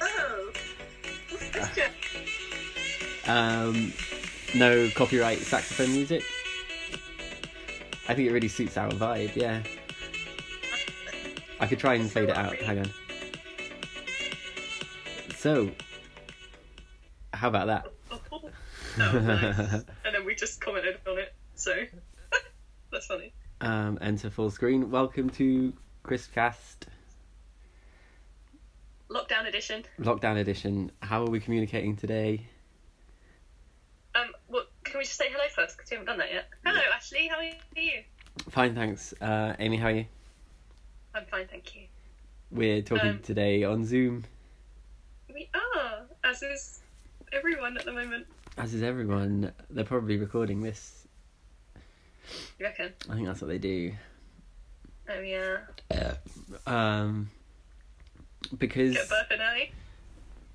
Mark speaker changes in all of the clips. Speaker 1: Oh.
Speaker 2: um, no copyright saxophone music. I think it really suits our vibe, yeah. I could try and fade it out. Hang on. So, how about that?
Speaker 1: that was nice. and then we just commented on it, so that's funny.
Speaker 2: Um, enter full screen. Welcome to Crispcast
Speaker 1: Lockdown edition.
Speaker 2: Lockdown Edition. How are we communicating today?
Speaker 1: Um, what can we just say hello first because we haven't done that yet? Hello, Ashley. How are you?
Speaker 2: Fine, thanks. Uh, Amy, how are you?
Speaker 1: I'm fine, thank you.
Speaker 2: We're talking
Speaker 1: Um,
Speaker 2: today on Zoom,
Speaker 1: We are, as is everyone at the moment.
Speaker 2: as is everyone. They're probably recording this.
Speaker 1: You reckon?
Speaker 2: I think that's what they do.
Speaker 1: Oh yeah.
Speaker 2: Um, because
Speaker 1: Get a burp in early.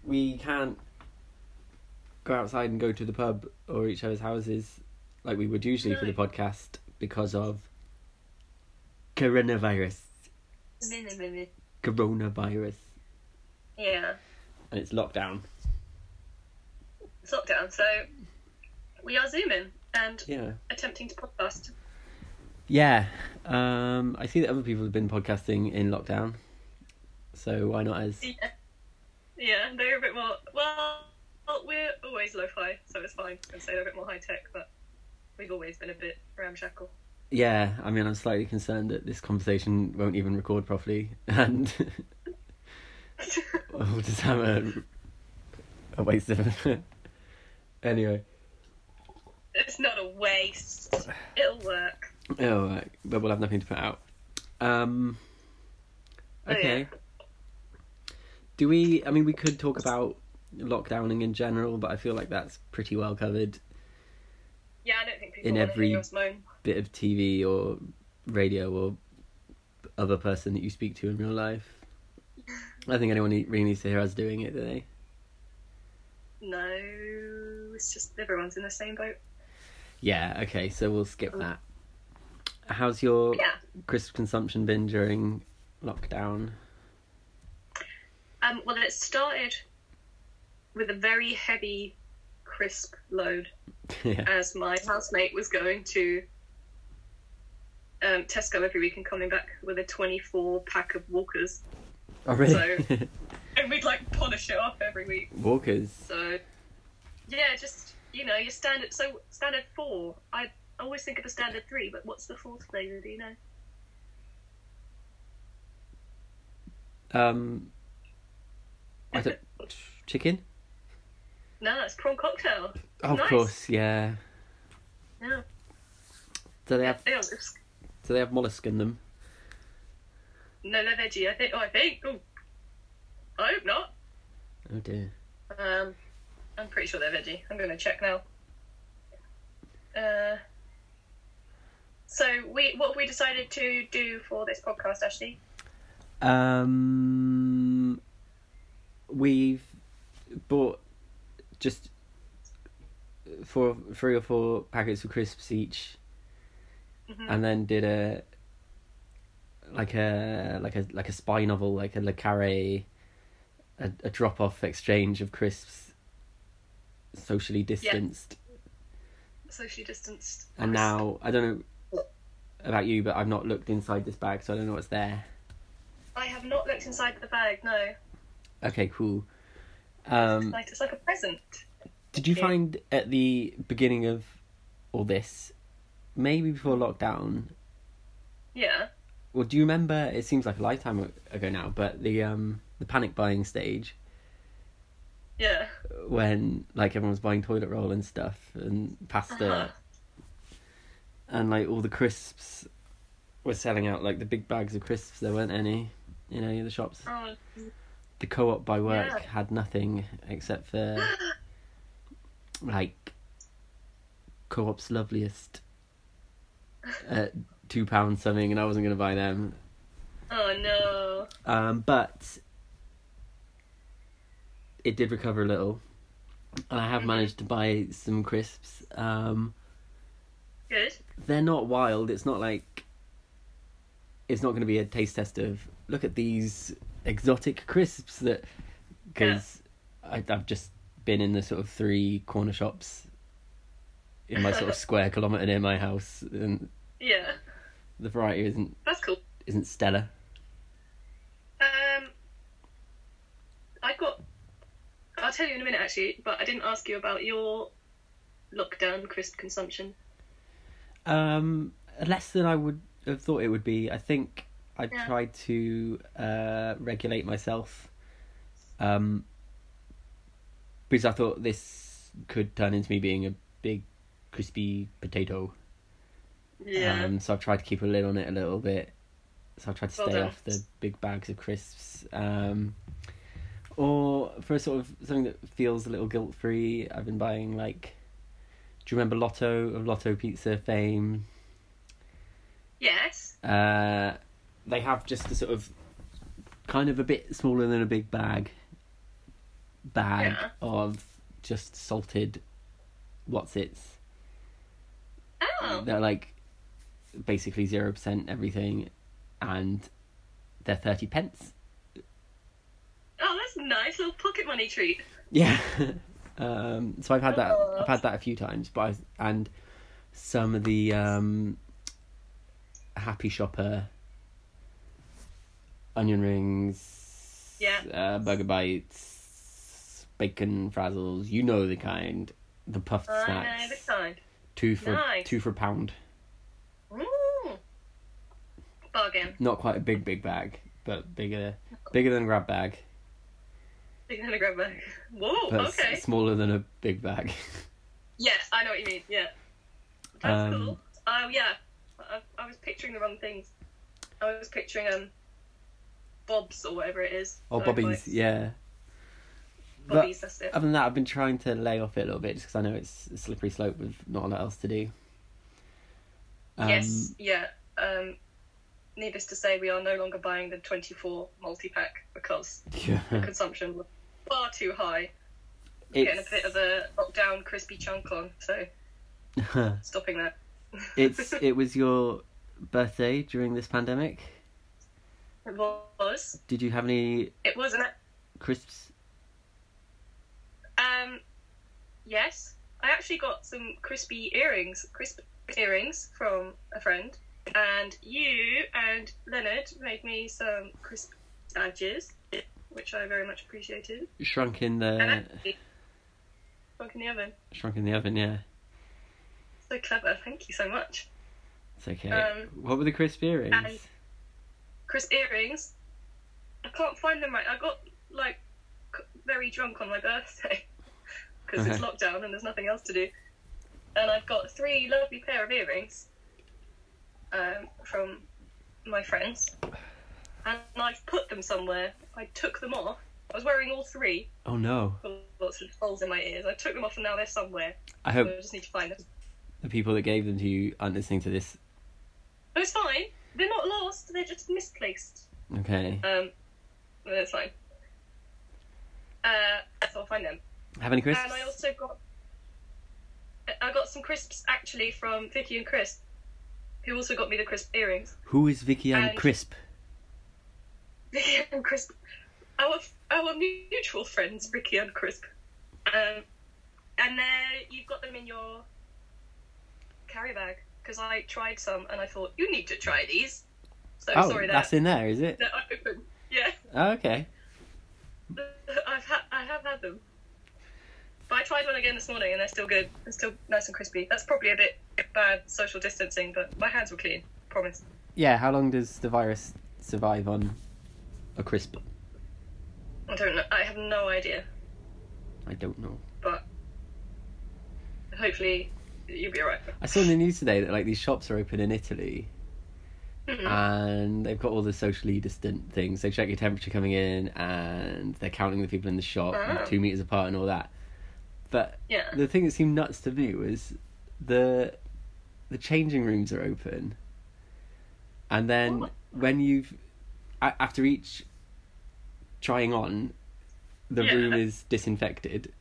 Speaker 2: we can't go outside and go to the pub or each other's houses like we would usually for the podcast because of coronavirus.
Speaker 1: Minimum.
Speaker 2: Coronavirus.
Speaker 1: Yeah.
Speaker 2: And it's lockdown.
Speaker 1: It's lockdown, so we are zooming and
Speaker 2: Yeah.
Speaker 1: attempting to podcast.
Speaker 2: Yeah. Um, I see that other people have been podcasting in lockdown. So why not us?
Speaker 1: Yeah. Yeah, they're a bit more. Well, we're always low fi, so it's fine. And so they're a bit more high tech, but we've always been a bit ramshackle.
Speaker 2: Yeah, I mean, I'm slightly concerned that this conversation won't even record properly, and we'll just have a, a waste of. anyway,
Speaker 1: it's not a waste. It'll work.
Speaker 2: oh, right, but we'll have nothing to put out. Um.
Speaker 1: Oh, yeah.
Speaker 2: Okay. Do we? I mean, we could talk about lockdowning in general, but I feel like that's pretty well covered.
Speaker 1: Yeah, I don't think people
Speaker 2: In
Speaker 1: want
Speaker 2: every-
Speaker 1: to hear us moan.
Speaker 2: Bit of TV or radio or other person that you speak to in real life. I don't think anyone need- really needs to hear us doing it, do they?
Speaker 1: No, it's just everyone's in the same boat.
Speaker 2: Yeah, okay, so we'll skip that. How's your
Speaker 1: Oh. Yeah.
Speaker 2: crisp consumption been during lockdown?
Speaker 1: Um, well, it started with a very heavy crisp load
Speaker 2: yeah.
Speaker 1: as my housemate was going to um, Tesco every week and coming back with a 24 pack of Walkers.
Speaker 2: Oh, really?
Speaker 1: so- And we'd like polish it off every week.
Speaker 2: Walkers.
Speaker 1: So, yeah, just, you know, your standard. So, standard four. I always think of a standard three, but what's the fourth flavour? Do you know?
Speaker 2: Um, I don't... Chicken?
Speaker 1: No, it's prawn cocktail.
Speaker 2: Oh, of
Speaker 1: Nice.
Speaker 2: course, yeah.
Speaker 1: Yeah.
Speaker 2: Do they have
Speaker 1: They are just-
Speaker 2: do they have mollusk in them?
Speaker 1: No, they're veggie. I think. Oh, I think. Oh, I hope not.
Speaker 2: Oh dear.
Speaker 1: Um, I'm pretty sure they're veggie. I'm going to check now. Uh, so we what we decided to do for this podcast, Ashley.
Speaker 2: Um, we've bought just four, three or four packets of crisps each, and then did a like a like a like a spy novel, like a Le Carre, a, a drop off exchange of crisps, socially distanced.
Speaker 1: Socially distanced.
Speaker 2: And now I don't know about you, but I've not looked inside this bag, so I don't know what's there.
Speaker 1: I have not looked inside the bag. No,
Speaker 2: Okay, cool. Um,
Speaker 1: like it's like a present.
Speaker 2: Did you
Speaker 1: Yeah.
Speaker 2: find at the beginning of all this maybe before lockdown.
Speaker 1: Yeah.
Speaker 2: Well, do you remember? It seems like a lifetime ago now, but the um the panic buying stage uh,
Speaker 1: Yeah.
Speaker 2: when like everyone was buying toilet roll and stuff and pasta,
Speaker 1: Uh-huh.
Speaker 2: and like all the crisps were selling out like the big bags of crisps. There weren't any in any of the shops.
Speaker 1: Oh,
Speaker 2: the co-op by work
Speaker 1: Yeah.
Speaker 2: had nothing except for like co-op's loveliest at two pounds something and i wasn't going to buy them
Speaker 1: oh no.
Speaker 2: um, but it did recover a little and i have managed to buy some crisps um,
Speaker 1: Good.
Speaker 2: they're not wild it's not like it's not going to be a taste test of look at these exotic crisps that because i've just been in the sort of three corner shops in my sort of square kilometre near my house and
Speaker 1: Yeah.
Speaker 2: the variety isn't
Speaker 1: That's cool.
Speaker 2: isn't stellar
Speaker 1: Um, I got. I'll tell you in a minute, actually, but I didn't ask you about your lockdown crisp consumption.
Speaker 2: Um, less than I would have thought it would be. I think I
Speaker 1: Yeah.
Speaker 2: tried to uh, regulate myself, um, because I thought this could turn into me being a big crispy potato.
Speaker 1: Yeah.
Speaker 2: Um, so I've tried to keep a lid on it a little bit. So I've tried to
Speaker 1: Well
Speaker 2: stay
Speaker 1: done.
Speaker 2: off the big bags of crisps. Um, or for sort of something that feels a little guilt free, I've been buying like. Do you remember Lotto of Lotto Pizza fame?
Speaker 1: yes.
Speaker 2: Uh, they have just a sort of kind of a bit smaller than a big bag bag
Speaker 1: Yeah.
Speaker 2: of just salted what's its
Speaker 1: Oh.
Speaker 2: they're like basically zero percent everything and they're 30 pence
Speaker 1: Oh, that's a nice little pocket money treat.
Speaker 2: yeah um so i've had that
Speaker 1: Oh.
Speaker 2: i've had that a few times but I've, and some of the um happy shopper onion rings
Speaker 1: Yeah.
Speaker 2: uh, burger bites bacon frazzles you know the kind the puffed
Speaker 1: I know the
Speaker 2: snacks
Speaker 1: kind.
Speaker 2: two for
Speaker 1: Nice.
Speaker 2: two for a pound
Speaker 1: Ooh. Bargain.
Speaker 2: not quite a big big bag but bigger bigger than a grab bag
Speaker 1: Bigger than a grab bag. Whoa,
Speaker 2: but s-
Speaker 1: okay.
Speaker 2: smaller than a big bag.
Speaker 1: Yes, I know what you mean. Yeah. That's
Speaker 2: Um,
Speaker 1: cool. Oh, yeah. I, I was picturing the wrong things. I was picturing um, Bob's or whatever it is.
Speaker 2: Or
Speaker 1: Oh,
Speaker 2: bobbies,
Speaker 1: boy.
Speaker 2: yeah. But um,
Speaker 1: Bobby's, that's it.
Speaker 2: other than that, I've been trying to lay off it a little bit just because I know it's a slippery slope with not a lot else to do. Um,
Speaker 1: yes, yeah. Um, needless to say, we are no longer buying the 24 multi pack because
Speaker 2: yeah,
Speaker 1: consumption was far too high. Getting a
Speaker 2: it's,
Speaker 1: bit of a lockdown crispy chunk on, so stopping that.
Speaker 2: it's it was your birthday during this pandemic.
Speaker 1: It was.
Speaker 2: Did you have any
Speaker 1: It was an
Speaker 2: crisps?
Speaker 1: Um, yes, I actually got some crispy earrings, crisp earrings from a friend, and you and Leonard made me some crisp badges, which I very much appreciated.
Speaker 2: Shrunk in
Speaker 1: And
Speaker 2: the
Speaker 1: actually, Fuck in the oven.
Speaker 2: shrunk in the oven. Yeah,
Speaker 1: So clever. Thank you so much.
Speaker 2: it's okay.
Speaker 1: Um,
Speaker 2: what were the crisp earrings?
Speaker 1: and- Crisp earrings. I can't find them right. I got like c- very drunk on my birthday because it's
Speaker 2: Okay.
Speaker 1: lockdown and there's nothing else to do. And I've got three lovely pair of earrings um, from my friends, and I've put them somewhere. I took them off. I was wearing all three.
Speaker 2: oh no!
Speaker 1: with Lots of holes in my ears. I took them off, and now they're somewhere.
Speaker 2: I
Speaker 1: I
Speaker 2: hope
Speaker 1: just need to find them.
Speaker 2: the people that gave them to you aren't listening to this.
Speaker 1: But it's fine. They're not lost. They're just misplaced.
Speaker 2: Okay.
Speaker 1: Um, no, that's fine. Uh, so I'll find them.
Speaker 2: Have any crisps?
Speaker 1: And Um, I also got, I got some crisps actually from Vicky and Chris, who also got me the crisp earrings.
Speaker 2: Who is Vicky Ann
Speaker 1: And-
Speaker 2: Crisp?
Speaker 1: Vicky and Crisp, our our mutual friends, Ricky and Crisp. Um, and there you've got them in your carry bag because I tried some and I thought you need to try these. So
Speaker 2: oh,
Speaker 1: sorry
Speaker 2: that's
Speaker 1: that
Speaker 2: in there, is it?
Speaker 1: they're open. Yeah,
Speaker 2: Oh, okay.
Speaker 1: I've ha- I have had them. But I tried one again this morning and they're still good. They're still nice and crispy. That's probably a bit bad social distancing, but my hands were clean. Promise.
Speaker 2: Yeah, how long does the virus survive on a crisp?
Speaker 1: I don't know. I have no idea,
Speaker 2: I don't know.
Speaker 1: but hopefully you'll be alright.
Speaker 2: I saw in the news today that like these shops are open in Italy,
Speaker 1: Mm-hmm.
Speaker 2: and they've got all the socially distant things. They check your temperature coming in, and they're counting the people in the shop, and
Speaker 1: Oh.
Speaker 2: two meters apart, and all that. But
Speaker 1: Yeah.
Speaker 2: the thing that seemed nuts to me was the the changing rooms are open, and then when you've a- after each trying on, the
Speaker 1: Yeah. Mm-hmm.
Speaker 2: room is disinfected.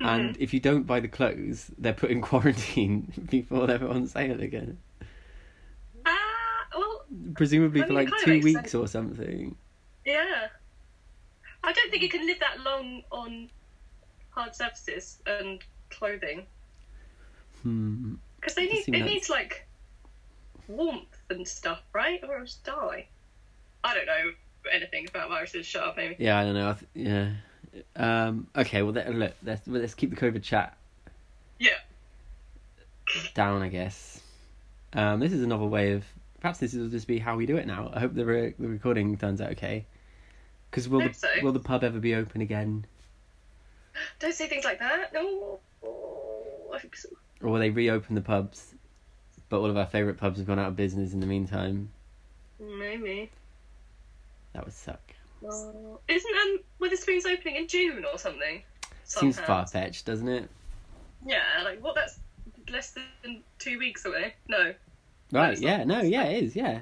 Speaker 2: And if you don't buy the clothes, they're put in quarantine before they're on sale again.
Speaker 1: Ah, well,
Speaker 2: Presumably
Speaker 1: I
Speaker 2: for
Speaker 1: mean, it
Speaker 2: like
Speaker 1: kinda
Speaker 2: two
Speaker 1: makes
Speaker 2: weeks
Speaker 1: sense.
Speaker 2: or something.
Speaker 1: yeah. I don't think you can live that long on hard surfaces and clothing
Speaker 2: Hmm.
Speaker 1: because they need
Speaker 2: seem
Speaker 1: it
Speaker 2: nuts.
Speaker 1: needs like warmth and stuff, right? Or else die. I don't know anything about viruses. Shut up, Amy.
Speaker 2: Yeah, I don't know. I th- yeah. Um, okay, well, th- look, let's, well, let's keep the COVID chat
Speaker 1: Yeah.
Speaker 2: down, I guess. Um, this is another way of. Perhaps this will just be how we do it now. I hope the, re- the recording turns out okay. Because will, the
Speaker 1: Hope so.
Speaker 2: will the pub ever be open again?
Speaker 1: Don't say things like that. No. Oh, I hope so.
Speaker 2: Or will they reopen the pubs? But all of our favourite pubs have gone out of business in the meantime.
Speaker 1: Maybe.
Speaker 2: That would suck.
Speaker 1: Oh. Isn't um Witherspoon's opening in June or something?
Speaker 2: Seems
Speaker 1: Somehow.
Speaker 2: far fetched, doesn't it?
Speaker 1: Yeah, like what? That's less than two weeks away. No.
Speaker 2: Right,
Speaker 1: it's
Speaker 2: yeah,
Speaker 1: not.
Speaker 2: no, yeah, it is, yeah.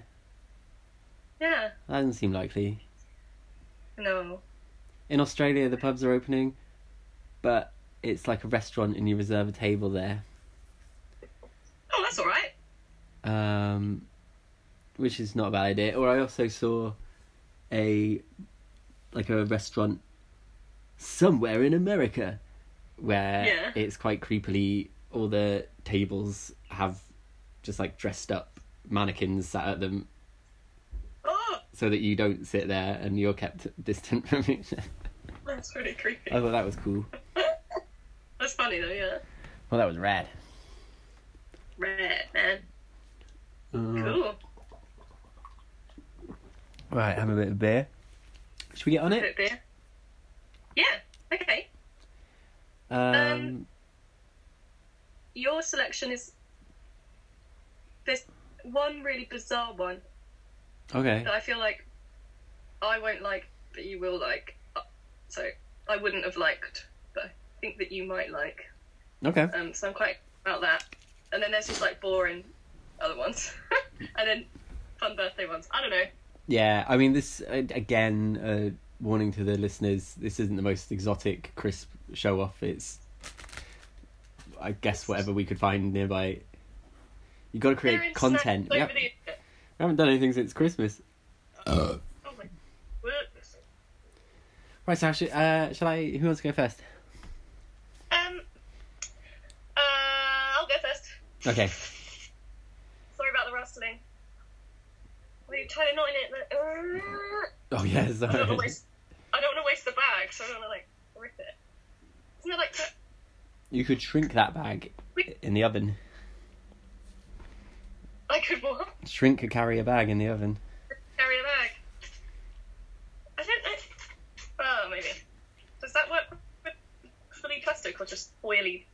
Speaker 1: Yeah.
Speaker 2: That doesn't seem likely.
Speaker 1: No.
Speaker 2: In Australia, the pubs are opening, but it's like a restaurant and you reserve a table there,
Speaker 1: Oh, that's all right.
Speaker 2: um, which is not a bad idea. Or I also saw a like a restaurant somewhere in America where
Speaker 1: Yeah.
Speaker 2: it's quite creepily all the tables have just like dressed up mannequins sat at them
Speaker 1: Oh,
Speaker 2: so that you don't sit there and you're kept distant from each other.
Speaker 1: that's really creepy.
Speaker 2: I thought that was cool.
Speaker 1: That's funny though. Yeah.
Speaker 2: Well, that was rad.
Speaker 1: Red man. Cool.
Speaker 2: Right, have a bit of beer. Should we get on
Speaker 1: Bit
Speaker 2: it?
Speaker 1: of beer. Yeah. Okay.
Speaker 2: Um,
Speaker 1: Um, Your selection is. There's one really bizarre one
Speaker 2: okay.
Speaker 1: that I feel like I won't like, but you will like. Uh, So I wouldn't have liked, but I think that you might like.
Speaker 2: Okay.
Speaker 1: Um, so I'm quite about that. And then there's just like boring other ones, and then fun birthday ones. I don't know.
Speaker 2: Yeah, I mean, this, uh, again, uh, warning to the listeners this isn't the most exotic, crisp show off. It's, I guess, whatever we could find nearby. You've got to
Speaker 1: They're
Speaker 2: create
Speaker 1: in
Speaker 2: content.
Speaker 1: snacks
Speaker 2: We ha-
Speaker 1: over the internet.
Speaker 2: we haven't done anything since Christmas.
Speaker 1: Oh my goodness.
Speaker 2: Right, so should, uh, shall I? Who wants to go first?
Speaker 1: Um. Uh, I'll go first.
Speaker 2: Okay.
Speaker 1: Sorry about the rustling. We're totally not in it. But, uh,
Speaker 2: Oh, yeah,
Speaker 1: I don't want to
Speaker 2: sorry.
Speaker 1: waste. I don't want to waste the bag, so I don't want to like rip it. Isn't it like
Speaker 2: You could shrink that bag in the oven.
Speaker 1: I could what?
Speaker 2: Shrink a carrier bag in the oven.
Speaker 1: Carry a bag. I don't know. Oh, maybe. Does that work with fully plastic or just oily?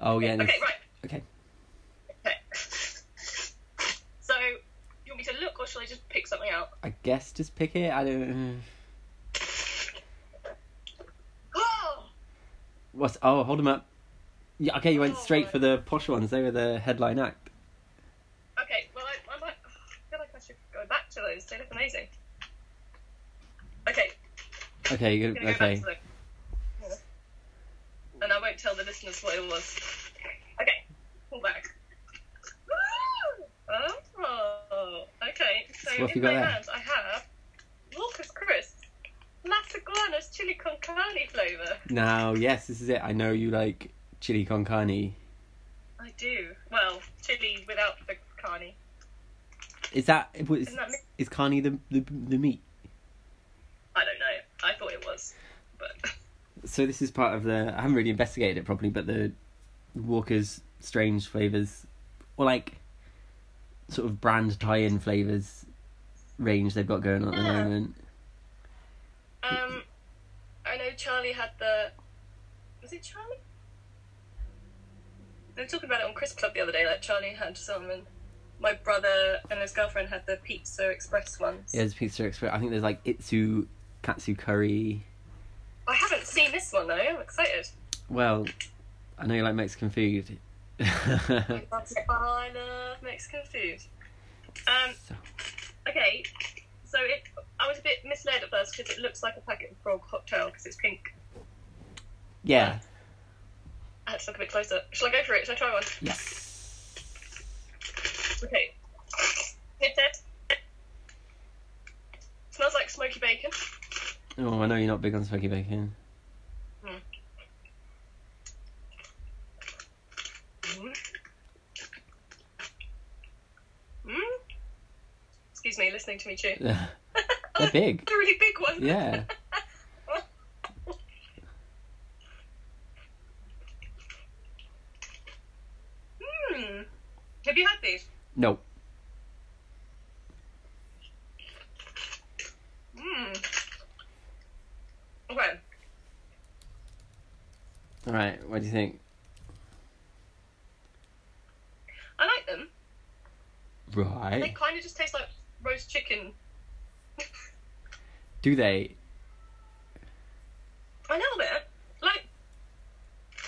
Speaker 2: Oh, yeah. and
Speaker 1: Okay,
Speaker 2: it's-
Speaker 1: right.
Speaker 2: Okay.
Speaker 1: Okay. So, you want me to look or shall I just pick something out?
Speaker 2: I guess just pick it. I don't. mm.
Speaker 1: Oh!
Speaker 2: What's oh hold 'em up. Yeah, okay, you went
Speaker 1: Oh,
Speaker 2: straight
Speaker 1: my.
Speaker 2: for the posh ones. They were the headline act.
Speaker 1: Okay, well, I, I might. I feel like I should go back to those. They look amazing. Okay,
Speaker 2: Okay, you
Speaker 1: I'm
Speaker 2: got
Speaker 1: gonna go back
Speaker 2: okay.
Speaker 1: to them. Yeah. And I won't tell the listeners what it was. Okay, pull back. Woo! Oh, okay. So
Speaker 2: What have you
Speaker 1: in
Speaker 2: got
Speaker 1: my
Speaker 2: there?
Speaker 1: hand, I have Walker's Crisps, Lataguanas chili con carne flavour.
Speaker 2: Now, yes, this is it. I know you like chili con carne.
Speaker 1: I do. Well, chili without the carne.
Speaker 2: Is that is,
Speaker 1: Isn't that me?
Speaker 2: is carne the, the the meat?
Speaker 1: I don't know. I thought it was, but
Speaker 2: so this is part of the. I haven't really investigated it properly, but the Walker's strange flavors, or like sort of brand tie-in flavors range they've got going on at the
Speaker 1: Yeah.
Speaker 2: moment.
Speaker 1: Um, I know Charlie had the. Was it Charlie? They were talking about it on Chris Club the other day. Like Charlie had some, and my brother and his girlfriend had the Pizza Express ones.
Speaker 2: Yeah, there's pizza express. I think there's like itsu katsu curry.
Speaker 1: I haven't seen this one though. I'm excited.
Speaker 2: Well, I know you like Mexican food.
Speaker 1: I love it. I love Mexican food. Um,
Speaker 2: So-
Speaker 1: okay, so it. I was a bit misled at first because it looks like a packet of frog cocktail because it's pink.
Speaker 2: yeah.
Speaker 1: I had to look a bit closer. Shall I go for it? Shall I try one?
Speaker 2: Yes.
Speaker 1: Okay. Nip that. Smells like smoky bacon.
Speaker 2: Oh, I know you're not big on smoky bacon.
Speaker 1: Mm. Excuse me, listening to me chew.
Speaker 2: They're big.
Speaker 1: The really big one.
Speaker 2: Yeah.
Speaker 1: Mm. Have you had these?
Speaker 2: No.
Speaker 1: Mm. Okay.
Speaker 2: All right. What do you think?
Speaker 1: I like them. They
Speaker 2: Right.
Speaker 1: kind of just taste like roast chicken.
Speaker 2: Do they?
Speaker 1: A little bit. Like,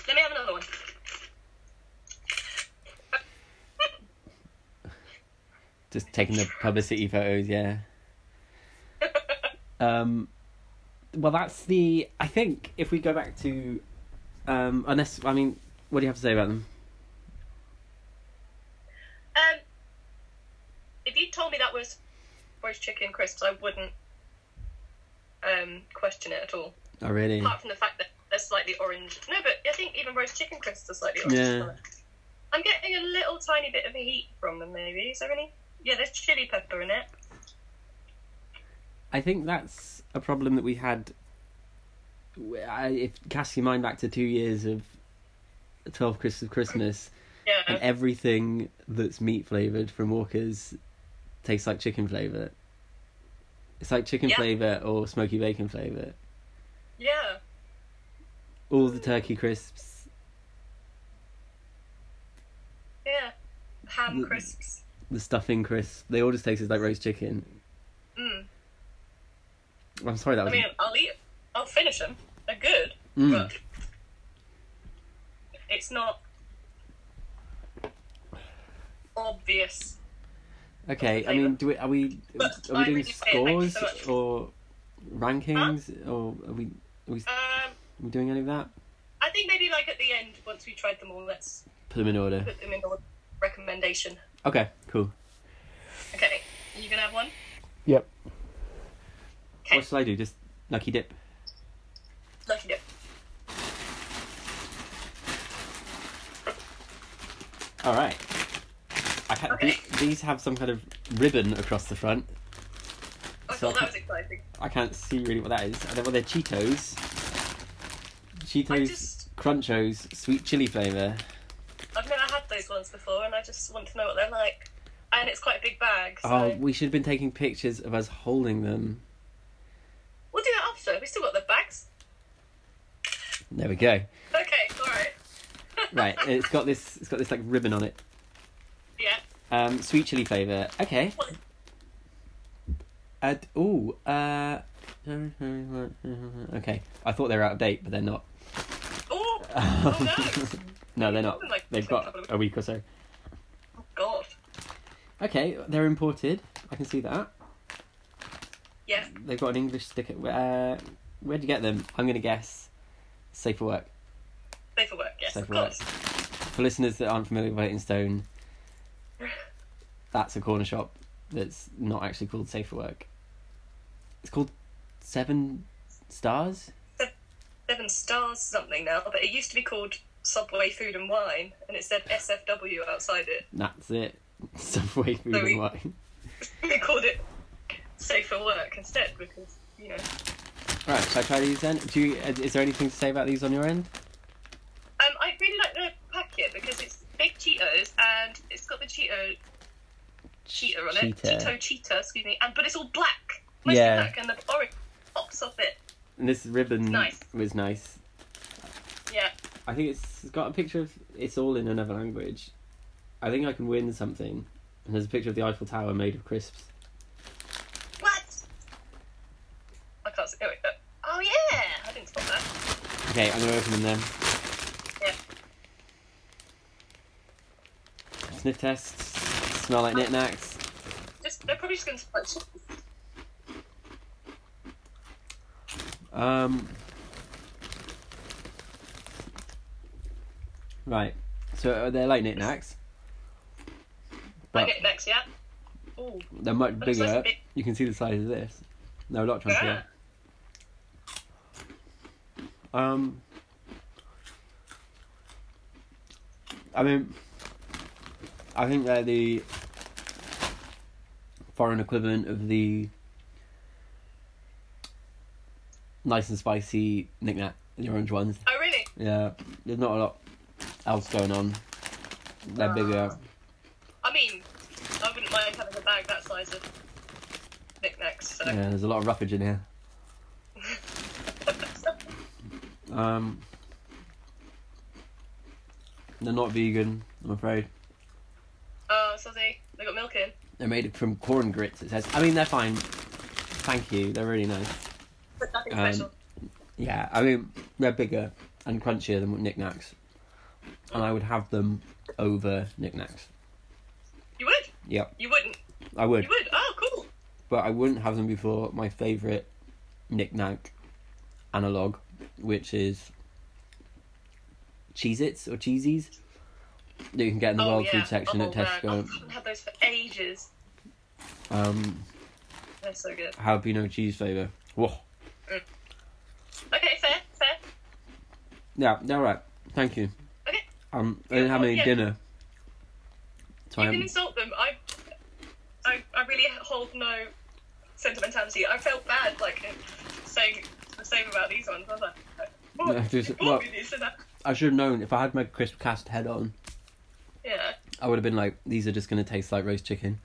Speaker 1: let me have another one.
Speaker 2: Just taking the publicity photos. Yeah. Um. Well, that's the. I think if we go back to, um, unless I mean, what do you have to say about them?
Speaker 1: Um, if you told me that was roast chicken crisps, I wouldn't um, question it at all.
Speaker 2: Oh, really?
Speaker 1: Apart from the fact that they're slightly orange. No, but I think even roast chicken crisps are slightly orange.
Speaker 2: Yeah.
Speaker 1: colour. I'm getting a little tiny bit of a heat from them, maybe. Is there any? Yeah, there's chili pepper in it.
Speaker 2: I think that's a problem that we had. w- I, if cast your mind back to two years of Twelve Crisps of Christmas, and
Speaker 1: Yeah.
Speaker 2: everything that's meat flavored from Walkers tastes like chicken flavor. It's like chicken
Speaker 1: Yeah.
Speaker 2: flavor or smoky bacon flavor.
Speaker 1: Yeah.
Speaker 2: All the turkey crisps,
Speaker 1: Yeah. Ham
Speaker 2: Mm.
Speaker 1: crisps.
Speaker 2: the stuffing crisps, they all just tasted like roast chicken.
Speaker 1: Mm.
Speaker 2: I'm sorry that
Speaker 1: I
Speaker 2: was.
Speaker 1: mean, I'll eat. I'll finish them. They're good,
Speaker 2: Mm.
Speaker 1: but it's not obvious.
Speaker 2: Okay, I
Speaker 1: flavour.
Speaker 2: mean, do we are we
Speaker 1: But
Speaker 2: are
Speaker 1: I
Speaker 2: we doing
Speaker 1: really say thank you
Speaker 2: scores
Speaker 1: so much.
Speaker 2: or rankings or are we are we, are
Speaker 1: Um,
Speaker 2: we doing any of that?
Speaker 1: I think maybe like at the end, once we tried them all, let's
Speaker 2: Put them in order.
Speaker 1: put them in order. Recommendation.
Speaker 2: Okay, cool.
Speaker 1: Okay, are you gonna have one?
Speaker 2: Yep.
Speaker 1: Okay.
Speaker 2: What shall I do? Just lucky dip.
Speaker 1: Lucky dip.
Speaker 2: All right. I can't,
Speaker 1: Okay.
Speaker 2: the- these have some kind of ribbon across the front.
Speaker 1: I
Speaker 2: So
Speaker 1: thought that
Speaker 2: I-
Speaker 1: was exciting.
Speaker 2: I can't see really what that is. I don't know. They're Cheetos.
Speaker 1: I
Speaker 2: Cheetos,
Speaker 1: just-
Speaker 2: Crunchos, sweet chili flavour.
Speaker 1: I've never had those ones before, and I just want to know what they're like. And it's quite a big bag, so
Speaker 2: Oh, we should have been taking pictures of us holding them.
Speaker 1: we'll do that after. We still got the bags.
Speaker 2: There we go.
Speaker 1: Okay, all right.
Speaker 2: Right, it's got this. It's got this like ribbon on it.
Speaker 1: Yeah.
Speaker 2: Um, sweet chili flavour. Okay.
Speaker 1: What-
Speaker 2: Uh, ooh. Uh, okay. I thought they were out of date, but they're not.
Speaker 1: Oh, oh no.
Speaker 2: No, they're not.
Speaker 1: Something like-
Speaker 2: They've got a week or so.
Speaker 1: God.
Speaker 2: Okay, they're imported. I can see that.
Speaker 1: Yeah.
Speaker 2: They've got an English sticker. Uh, where'd you get them? I'm going to guess Safe for Work.
Speaker 1: Safe for work, yes,
Speaker 2: Safe
Speaker 1: of
Speaker 2: for work.
Speaker 1: course.
Speaker 2: For listeners that aren't familiar with Leightonstone, that's a corner shop that's not actually called Safe for Work. It's called Seven Stars?
Speaker 1: Seven stars something now, but it used to be called Subway Food and Wine, and it said SFW outside it.
Speaker 2: That's it. Subway Food
Speaker 1: Sorry.
Speaker 2: and Wine.
Speaker 1: They called it Safe for Work instead because, you know, Um,
Speaker 2: Right, shall I try these then? Do you, uh, is there anything to say about these on your end?
Speaker 1: Um, I really like the packet because it's big Cheetos and it's got the Cheeto cheetah on it.
Speaker 2: Cheetah.
Speaker 1: Cheeto cheetah, excuse me. And but it's all black, mostly
Speaker 2: Yeah.
Speaker 1: black, and the orange pops off it.
Speaker 2: And this ribbon
Speaker 1: Nice.
Speaker 2: was nice.
Speaker 1: Yeah,
Speaker 2: I think it's got a picture of it's all in another language. I think I can win something. And there's a picture of the Eiffel Tower made of crisps.
Speaker 1: what? I can't see. There we go. Oh yeah, I didn't spot that.
Speaker 2: Okay, I'm gonna open them then.
Speaker 1: Yeah.
Speaker 2: Sniff tests. Smell like knickknacks.
Speaker 1: Just they're probably just going to spot. cheese.
Speaker 2: Um. Right. So uh, they're like knickknacks.
Speaker 1: I
Speaker 2: But
Speaker 1: get next, yeah. Ooh,
Speaker 2: they're much
Speaker 1: Looks like
Speaker 2: bigger.
Speaker 1: a big-
Speaker 2: You can see the size of this. No, not chunky.
Speaker 1: yeah.
Speaker 2: Um, I mean, I think they're the foreign equivalent of the nice and spicy knickknack, the orange ones.
Speaker 1: Oh really?
Speaker 2: Yeah, there's not a lot else going on. They're bigger.
Speaker 1: I mean, I wouldn't mind having a bag that size of knickknacks. So.
Speaker 2: Yeah, there's a lot of roughage in here. Um, they're not vegan, I'm afraid.
Speaker 1: oh, so they they got milk in.
Speaker 2: They're made from corn grits. It says. I mean, they're fine. Thank you. They're really nice.
Speaker 1: But nothing
Speaker 2: Um,
Speaker 1: special.
Speaker 2: Yeah, I mean, they're bigger and crunchier than knickknacks, and I would have them over knickknacks.
Speaker 1: You would?
Speaker 2: Yep,
Speaker 1: You wouldn't?
Speaker 2: I would,
Speaker 1: You would? Oh, cool.
Speaker 2: but I wouldn't have them before my favourite knickknack analog, which is Cheez-Its or Cheesies that you can get in the
Speaker 1: oh,
Speaker 2: world
Speaker 1: yeah.
Speaker 2: food section
Speaker 1: oh,
Speaker 2: at
Speaker 1: Man.
Speaker 2: Tesco.
Speaker 1: I haven't had those for ages.
Speaker 2: Um,
Speaker 1: They're so good.
Speaker 2: jalapeno cheese flavour. Whoa.
Speaker 1: Okay, fair, fair.
Speaker 2: Yeah, they're all right. Thank you.
Speaker 1: Okay,
Speaker 2: Um, I didn't have any
Speaker 1: Yeah.
Speaker 2: dinner. So
Speaker 1: you
Speaker 2: I'm-
Speaker 1: can insult them. I, I, I really hold no sentimentality. I felt bad, like, saying the same about these ones. I was like, oh,
Speaker 2: Yeah, just-
Speaker 1: you bought me
Speaker 2: well-
Speaker 1: these and that.
Speaker 2: I should have known if I had my crisp cast head on,
Speaker 1: Yeah.
Speaker 2: I would have been like, these are just going to taste like roast chicken.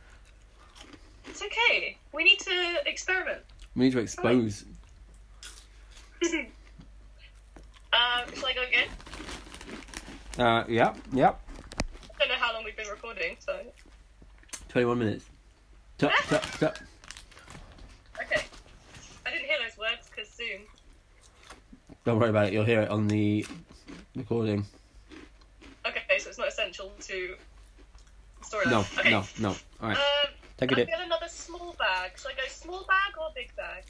Speaker 1: It's okay. We need to experiment.
Speaker 2: We need to expose.
Speaker 1: Um, shall I go again?
Speaker 2: Uh, yeah, yeah.
Speaker 1: I don't know how long we've been recording, so
Speaker 2: 21 minutes. Tup, tup, tup.
Speaker 1: okay. I didn't hear those words because Zoom.
Speaker 2: Don't worry about it, you'll hear it on the recording.
Speaker 1: Okay, so it's not essential to the storyline.
Speaker 2: No,
Speaker 1: okay.
Speaker 2: no, no. Alright,
Speaker 1: Um,
Speaker 2: take a
Speaker 1: I've
Speaker 2: dip.
Speaker 1: got another small bag. Shall I go small bag or big bag?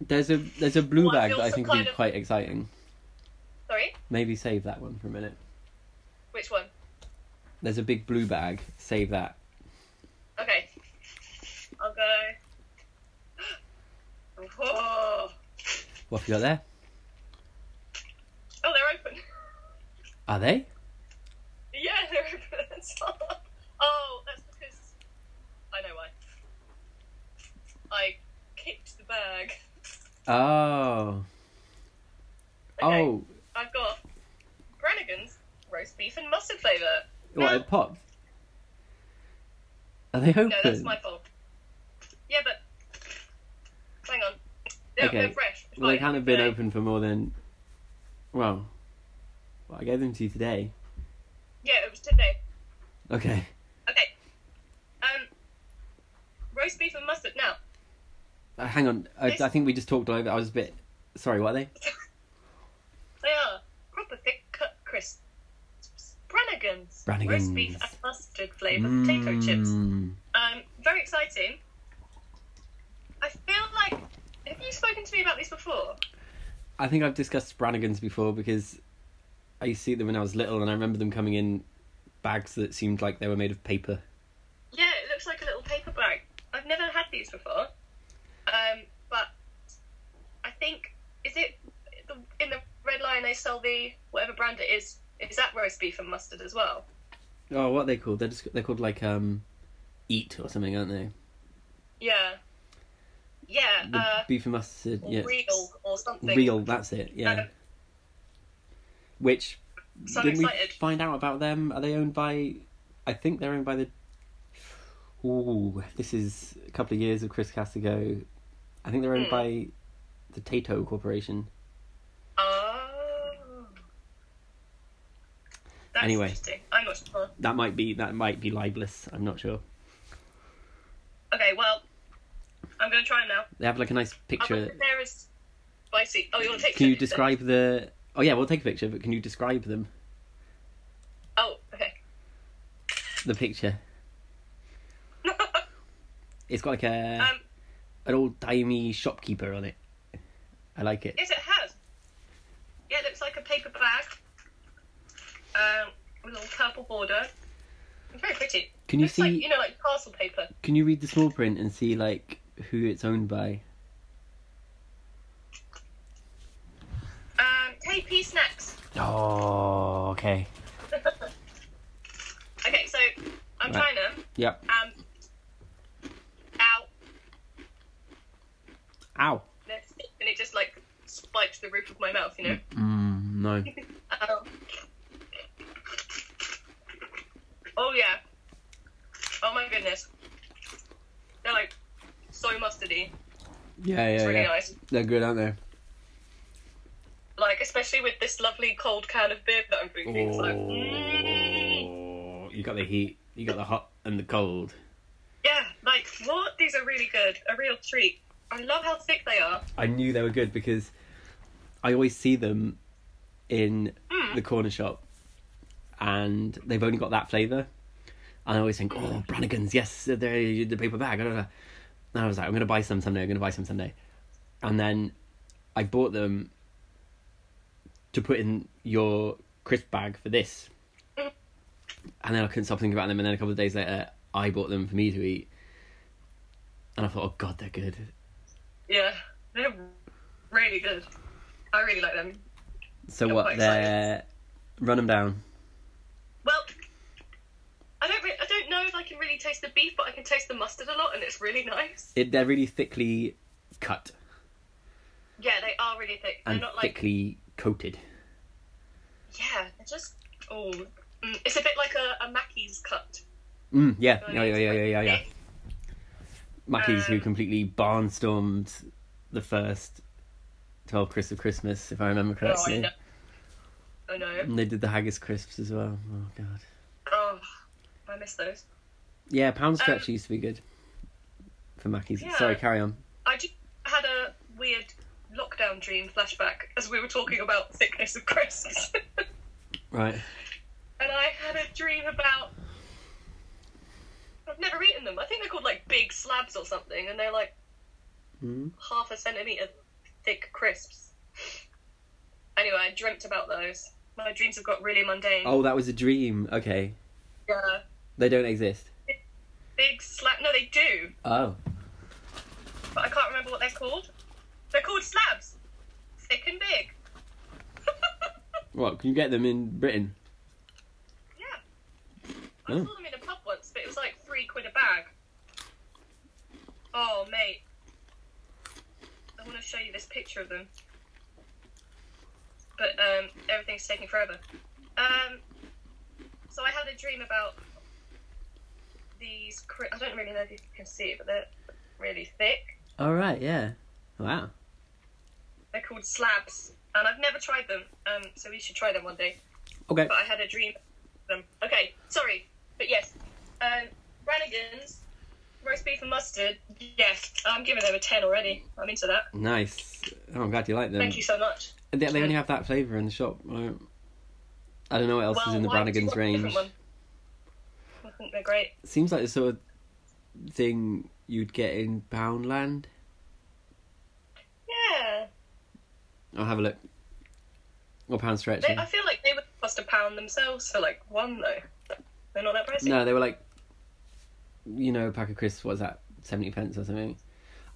Speaker 2: There's a there's a blue
Speaker 1: Well, I
Speaker 2: bag
Speaker 1: feel
Speaker 2: that I
Speaker 1: some
Speaker 2: think would
Speaker 1: kind
Speaker 2: be
Speaker 1: of-
Speaker 2: quite exciting.
Speaker 1: Sorry,
Speaker 2: Maybe save that one for a minute.
Speaker 1: which one?
Speaker 2: There's a big blue bag. Save that.
Speaker 1: Okay, I'll go. Oh,
Speaker 2: What have you got there?
Speaker 1: oh they're open.
Speaker 2: Are they?
Speaker 1: yeah, they're open. oh, that's because I know why. I kicked the bag.
Speaker 2: Oh.
Speaker 1: Okay.
Speaker 2: Oh.
Speaker 1: I've got Brannigan's roast beef and mustard flavour.
Speaker 2: What,
Speaker 1: No.
Speaker 2: it popped? Are they open?
Speaker 1: No, that's my fault. Yeah, but hang on. They're,
Speaker 2: Okay.
Speaker 1: they're fresh. It's
Speaker 2: Well, they
Speaker 1: fine.
Speaker 2: can't have been
Speaker 1: Yeah.
Speaker 2: open for more than. Well, well, I gave them to you today.
Speaker 1: Yeah, it was today.
Speaker 2: Okay.
Speaker 1: Okay. Um, roast beef and mustard. Now,
Speaker 2: Uh, hang on. I,
Speaker 1: This-
Speaker 2: I think we just talked over. I was a bit. Sorry, what are they?
Speaker 1: they are proper thick cut crisps. Brannigan's, roast beef
Speaker 2: Brannigan's.
Speaker 1: and mustard flavour potato chips.
Speaker 2: Mm.
Speaker 1: Um, very exciting. I feel like have you spoken to me about these before?
Speaker 2: I think I've discussed Brannigans before because I used to see them when I was little and I remember them coming in bags that seemed like they were made of paper.
Speaker 1: Yeah, it looks like a little paper bag. I've never had these before, um, but I think is it the, in the Red Lion they sell the whatever brand it is. Is that roast beef and mustard as well?
Speaker 2: Oh, what are they called? They're, just, they're called like um, Eat or something, aren't they?
Speaker 1: Yeah, yeah,
Speaker 2: The
Speaker 1: uh,
Speaker 2: beef and mustard, yeah.
Speaker 1: real or something.
Speaker 2: Real, that's it, yeah.
Speaker 1: Um,
Speaker 2: Which
Speaker 1: So I'm
Speaker 2: didn't
Speaker 1: excited.
Speaker 2: we find out about them? Are they owned by? I think they're owned by the. Ooh, this is a couple of years of Chris Cass ago. I think they're
Speaker 1: Hmm.
Speaker 2: owned by the Tato Corporation.
Speaker 1: Oh. That's
Speaker 2: Anyway.
Speaker 1: interesting. I'm not sure.
Speaker 2: That might be that might be libelous. I'm not sure.
Speaker 1: Okay, well, I'm going to try now.
Speaker 2: They have like a nice
Speaker 1: I
Speaker 2: picture.
Speaker 1: wonder if there is spicy. Oh, you want to take?
Speaker 2: Can you
Speaker 1: pictures?
Speaker 2: describe the? Oh yeah, we'll take a picture. But can you describe them?
Speaker 1: Oh, okay.
Speaker 2: The picture. It's got like a
Speaker 1: Um,
Speaker 2: an old timey shopkeeper on it. I like it.
Speaker 1: yes, it has. Yeah, it looks like a paper bag. Um, with a little purple border. It's very pretty.
Speaker 2: Can you
Speaker 1: Looks like,
Speaker 2: see-
Speaker 1: you know, like parcel paper.
Speaker 2: Can you read the small print and see like who it's owned by?
Speaker 1: Um, KP snacks.
Speaker 2: Oh, okay.
Speaker 1: Okay, so
Speaker 2: Right.
Speaker 1: I'm trying them.
Speaker 2: Yep.
Speaker 1: Um, ow.
Speaker 2: Ow.
Speaker 1: And it just like spiked the roof of my mouth, you know.
Speaker 2: Mm, no.
Speaker 1: Um, oh yeah. Oh my goodness. They're like so mustardy.
Speaker 2: Yeah, yeah,
Speaker 1: It's really
Speaker 2: yeah.
Speaker 1: nice.
Speaker 2: They're good, aren't they?
Speaker 1: Like especially with this lovely cold can of beer that I'm drinking. It's like, mm.
Speaker 2: Oh, you got the heat. You got the hot and the cold.
Speaker 1: yeah, like what? These are really good. A real treat. I love how thick they are.
Speaker 2: I knew they were good because I always see them in the corner shop, and they've only got that flavour. And I always think, oh, Brannigan's, yes, they're the paper bag. And I was like, I'm going to buy some someday. I'm going to buy some someday. And then I bought them to put in your crisp bag for this. And then I couldn't stop thinking about them. And then a couple of days later, I bought them for me to eat. And I thought, oh, God, they're good.
Speaker 1: Yeah, they're really good. I really like them.
Speaker 2: So
Speaker 1: I'm
Speaker 2: what?
Speaker 1: quite
Speaker 2: They're run them down.
Speaker 1: Well, I don't. Re- I don't know if I can really taste the beef, but I can taste the mustard a lot, and it's really nice.
Speaker 2: It, they're really thickly cut
Speaker 1: Yeah, they are really thick. They're
Speaker 2: and
Speaker 1: not like
Speaker 2: thickly coated.
Speaker 1: yeah, they're just oh, mm, it's a bit like a, a Mackey's cut.
Speaker 2: Mm, yeah,
Speaker 1: Like,
Speaker 2: yeah, yeah, yeah, yeah, yeah, yeah.
Speaker 1: thick.
Speaker 2: Mackey's who
Speaker 1: Um,
Speaker 2: completely barnstormed the first twelve crisps of Christmas, if I remember
Speaker 1: Oh, I
Speaker 2: correctly.
Speaker 1: know. I know.
Speaker 2: and they did the haggis crisps as well. Oh god.
Speaker 1: Oh, I miss those.
Speaker 2: Yeah, pound stretch
Speaker 1: Um,
Speaker 2: used to be good for Mackey's.
Speaker 1: yeah.
Speaker 2: Sorry, carry on.
Speaker 1: I just had a weird lockdown dream flashback as we were talking about thickness of crisps.
Speaker 2: Right.
Speaker 1: and I had a dream about. I've never eaten them. I think they're called like big slabs or something, and they're like
Speaker 2: Mm.
Speaker 1: half a centimetre thick crisps. Anyway, I dreamt about those. My dreams have got really mundane.
Speaker 2: Oh, that was a dream. Okay,
Speaker 1: Yeah.
Speaker 2: they don't exist.
Speaker 1: Big slab. No, they do,
Speaker 2: Oh,
Speaker 1: but I can't remember what they're called. They're called slabs. Thick and big.
Speaker 2: what? Can you get them in Britain?
Speaker 1: Yeah. I
Speaker 2: Oh.
Speaker 1: saw them in a pub once, but it was like three quid a bag. Oh, mate. I want to show you this picture of them. But um, everything's taking forever. Um, so I had a dream about these. Cri- I don't really know if you can see it, but they're really thick.
Speaker 2: All right. Yeah. Wow.
Speaker 1: They're called slabs, and I've never tried them. Um, so we should try them one day.
Speaker 2: Okay.
Speaker 1: but I had a dream. of Them. Okay, sorry, but yes, um, Rannigan's roast beef and mustard. Yes, I'm giving them a ten already. I'm into that.
Speaker 2: Nice. Oh, I'm glad you like them.
Speaker 1: Thank you so much.
Speaker 2: They, they only have that flavour in the shop. right? I don't know what else is in the
Speaker 1: why do you
Speaker 2: Brannigan's
Speaker 1: want a
Speaker 2: range.
Speaker 1: different one? I think they're great.
Speaker 2: Seems like the sort of thing you'd get in Poundland.
Speaker 1: Yeah,
Speaker 2: I'll have a look. Or Pound Stretch.
Speaker 1: they,
Speaker 2: yeah.
Speaker 1: I feel like they would cost a pound themselves for like one though. They're not that pricey.
Speaker 2: No, they were like, you know, a pack of crisps. What's that? Seventy pence or something.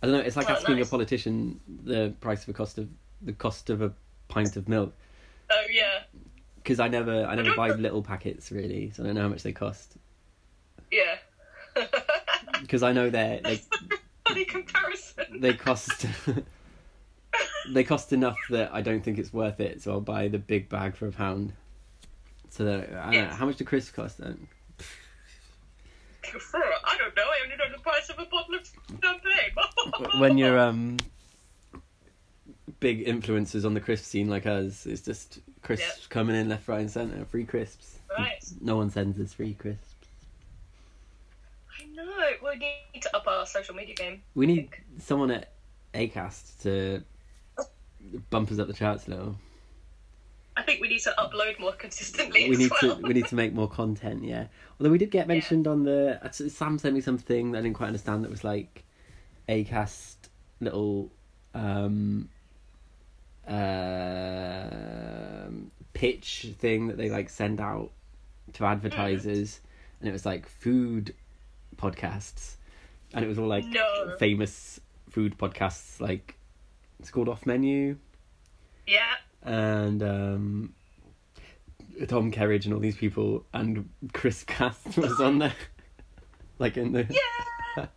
Speaker 2: I don't know. It's like
Speaker 1: Oh,
Speaker 2: asking
Speaker 1: nice.
Speaker 2: a politician the price of a cost of the cost of a pint of milk.
Speaker 1: Oh yeah,
Speaker 2: Because I never, I never
Speaker 1: don't
Speaker 2: buy
Speaker 1: know.
Speaker 2: little packets really, so I don't know how much they cost.
Speaker 1: yeah.
Speaker 2: because I know they're like
Speaker 1: funny comparison.
Speaker 2: they cost they cost enough that I don't think it's worth it. So I'll buy the big bag for a pound. So that I don't know,
Speaker 1: Yes.
Speaker 2: how much do crisps cost then?
Speaker 1: I don't know. I only know the price of a bottle of champagne.
Speaker 2: When you're um big influencers on the crisp scene like us, it's just crisps coming in left, right, and centre. Free crisps.
Speaker 1: Right.
Speaker 2: No one sends us free crisps.
Speaker 1: I know. We need to up our social media game.
Speaker 2: We need someone at Acast to bump us up the charts a little.
Speaker 1: I think we need to upload more consistently
Speaker 2: we
Speaker 1: as
Speaker 2: need
Speaker 1: well.
Speaker 2: to we need to make more content yeah although we did get mentioned on the uh, sam sent me something that i didn't quite understand that was like a cast little um um pitch thing that they like send out
Speaker 1: Mm.
Speaker 2: to advertisers and it was like food podcasts and it was all like
Speaker 1: No.
Speaker 2: famous food podcasts like it's called off menu
Speaker 1: Yeah.
Speaker 2: and um, Tom Kerridge and all these people, and Chris Cast was on there, like in the
Speaker 1: Yes. yes.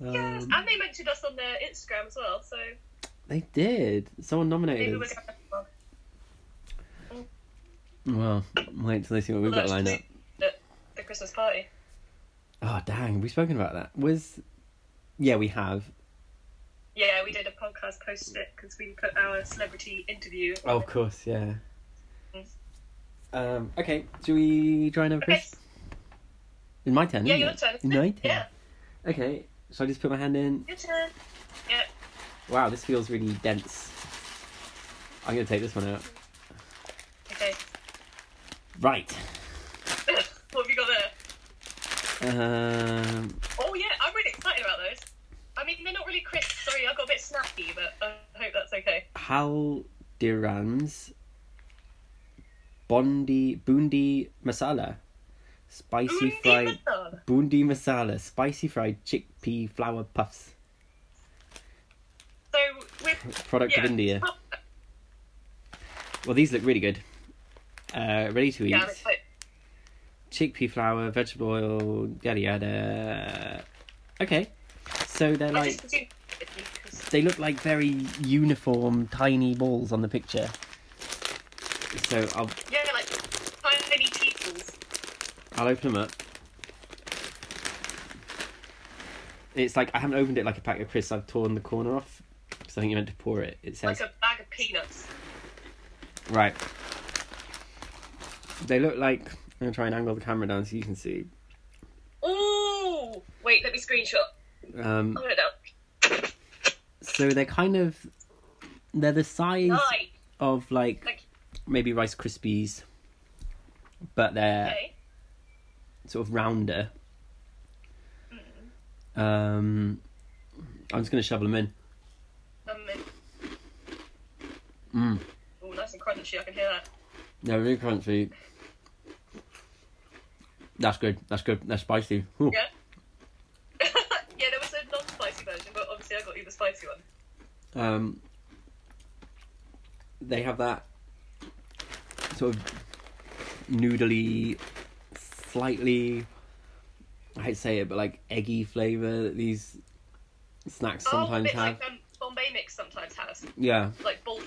Speaker 1: Yes.
Speaker 2: um,
Speaker 1: And they mentioned us on their Instagram as well, so
Speaker 2: they did. Someone
Speaker 1: maybe
Speaker 2: nominated
Speaker 1: we're
Speaker 2: us.
Speaker 1: going to
Speaker 2: Well, wait till they see what we've got lined up.
Speaker 1: The, the Christmas party.
Speaker 2: Oh dang, we've spoken about that. Was yeah, we have.
Speaker 1: Yeah, we did a podcast post it because we put our celebrity interview.
Speaker 2: Oh, of course, yeah. Um, okay, do we try another Chris? In my turn.
Speaker 1: Yeah,
Speaker 2: isn't
Speaker 1: your
Speaker 2: it?
Speaker 1: turn.
Speaker 2: In my turn.
Speaker 1: Yeah,
Speaker 2: Okay, so I just put my hand in.
Speaker 1: your turn. Yeah.
Speaker 2: Wow, this feels really dense. I'm gonna take this one out.
Speaker 1: Okay.
Speaker 2: Right.
Speaker 1: what have you got there?
Speaker 2: Um,
Speaker 1: Oh yeah, I'm really excited about those. I mean, they're not really crisp. Sorry, I got a bit snappy, but I hope that's okay.
Speaker 2: Hal Durans Bondi Bundi Masala. Spicy
Speaker 1: Boondi
Speaker 2: fried
Speaker 1: masala.
Speaker 2: Bundi Masala. Spicy fried chickpea flour puffs.
Speaker 1: So with
Speaker 2: Product
Speaker 1: yeah.
Speaker 2: of India. Well these look really good. Uh, ready to eat.
Speaker 1: Yeah, I'm excited.
Speaker 2: Chickpea flour, vegetable oil, yada yada. Okay. So they're
Speaker 1: I
Speaker 2: like
Speaker 1: just presume because
Speaker 2: they look like very uniform tiny balls on the picture. So I'll
Speaker 1: yeah, like tiny teasels.
Speaker 2: I'll open them up. It's like I haven't opened it like a pack of crisps. I've torn the corner off because I think you meant to pour it. It says
Speaker 1: like a bag of peanuts.
Speaker 2: right. They look like I'm gonna try and angle the camera down so you can see.
Speaker 1: Ooh! Wait, let me screenshot.
Speaker 2: Um,
Speaker 1: Hold it up.
Speaker 2: so they're kind of they're the size
Speaker 1: Nice.
Speaker 2: of like
Speaker 1: Like,
Speaker 2: maybe Rice Krispies, but they're
Speaker 1: okay.
Speaker 2: sort of rounder. Um, I'm just gonna shovel them in.
Speaker 1: Um,
Speaker 2: Mm.
Speaker 1: Ooh, nice and crunchy. I can hear that.
Speaker 2: No, really crunchy. That's good. That's good. That's spicy. Ooh.
Speaker 1: Yeah. yeah, there was a non-spicy version, but obviously I got you the spicy one.
Speaker 2: Um, they have that sort of noodly, slightly, I'd say it, but like eggy flavour that these snacks
Speaker 1: oh, a
Speaker 2: sometimes
Speaker 1: bit
Speaker 2: have.
Speaker 1: like um, Bombay mix sometimes has,
Speaker 2: Yeah.
Speaker 1: like ball.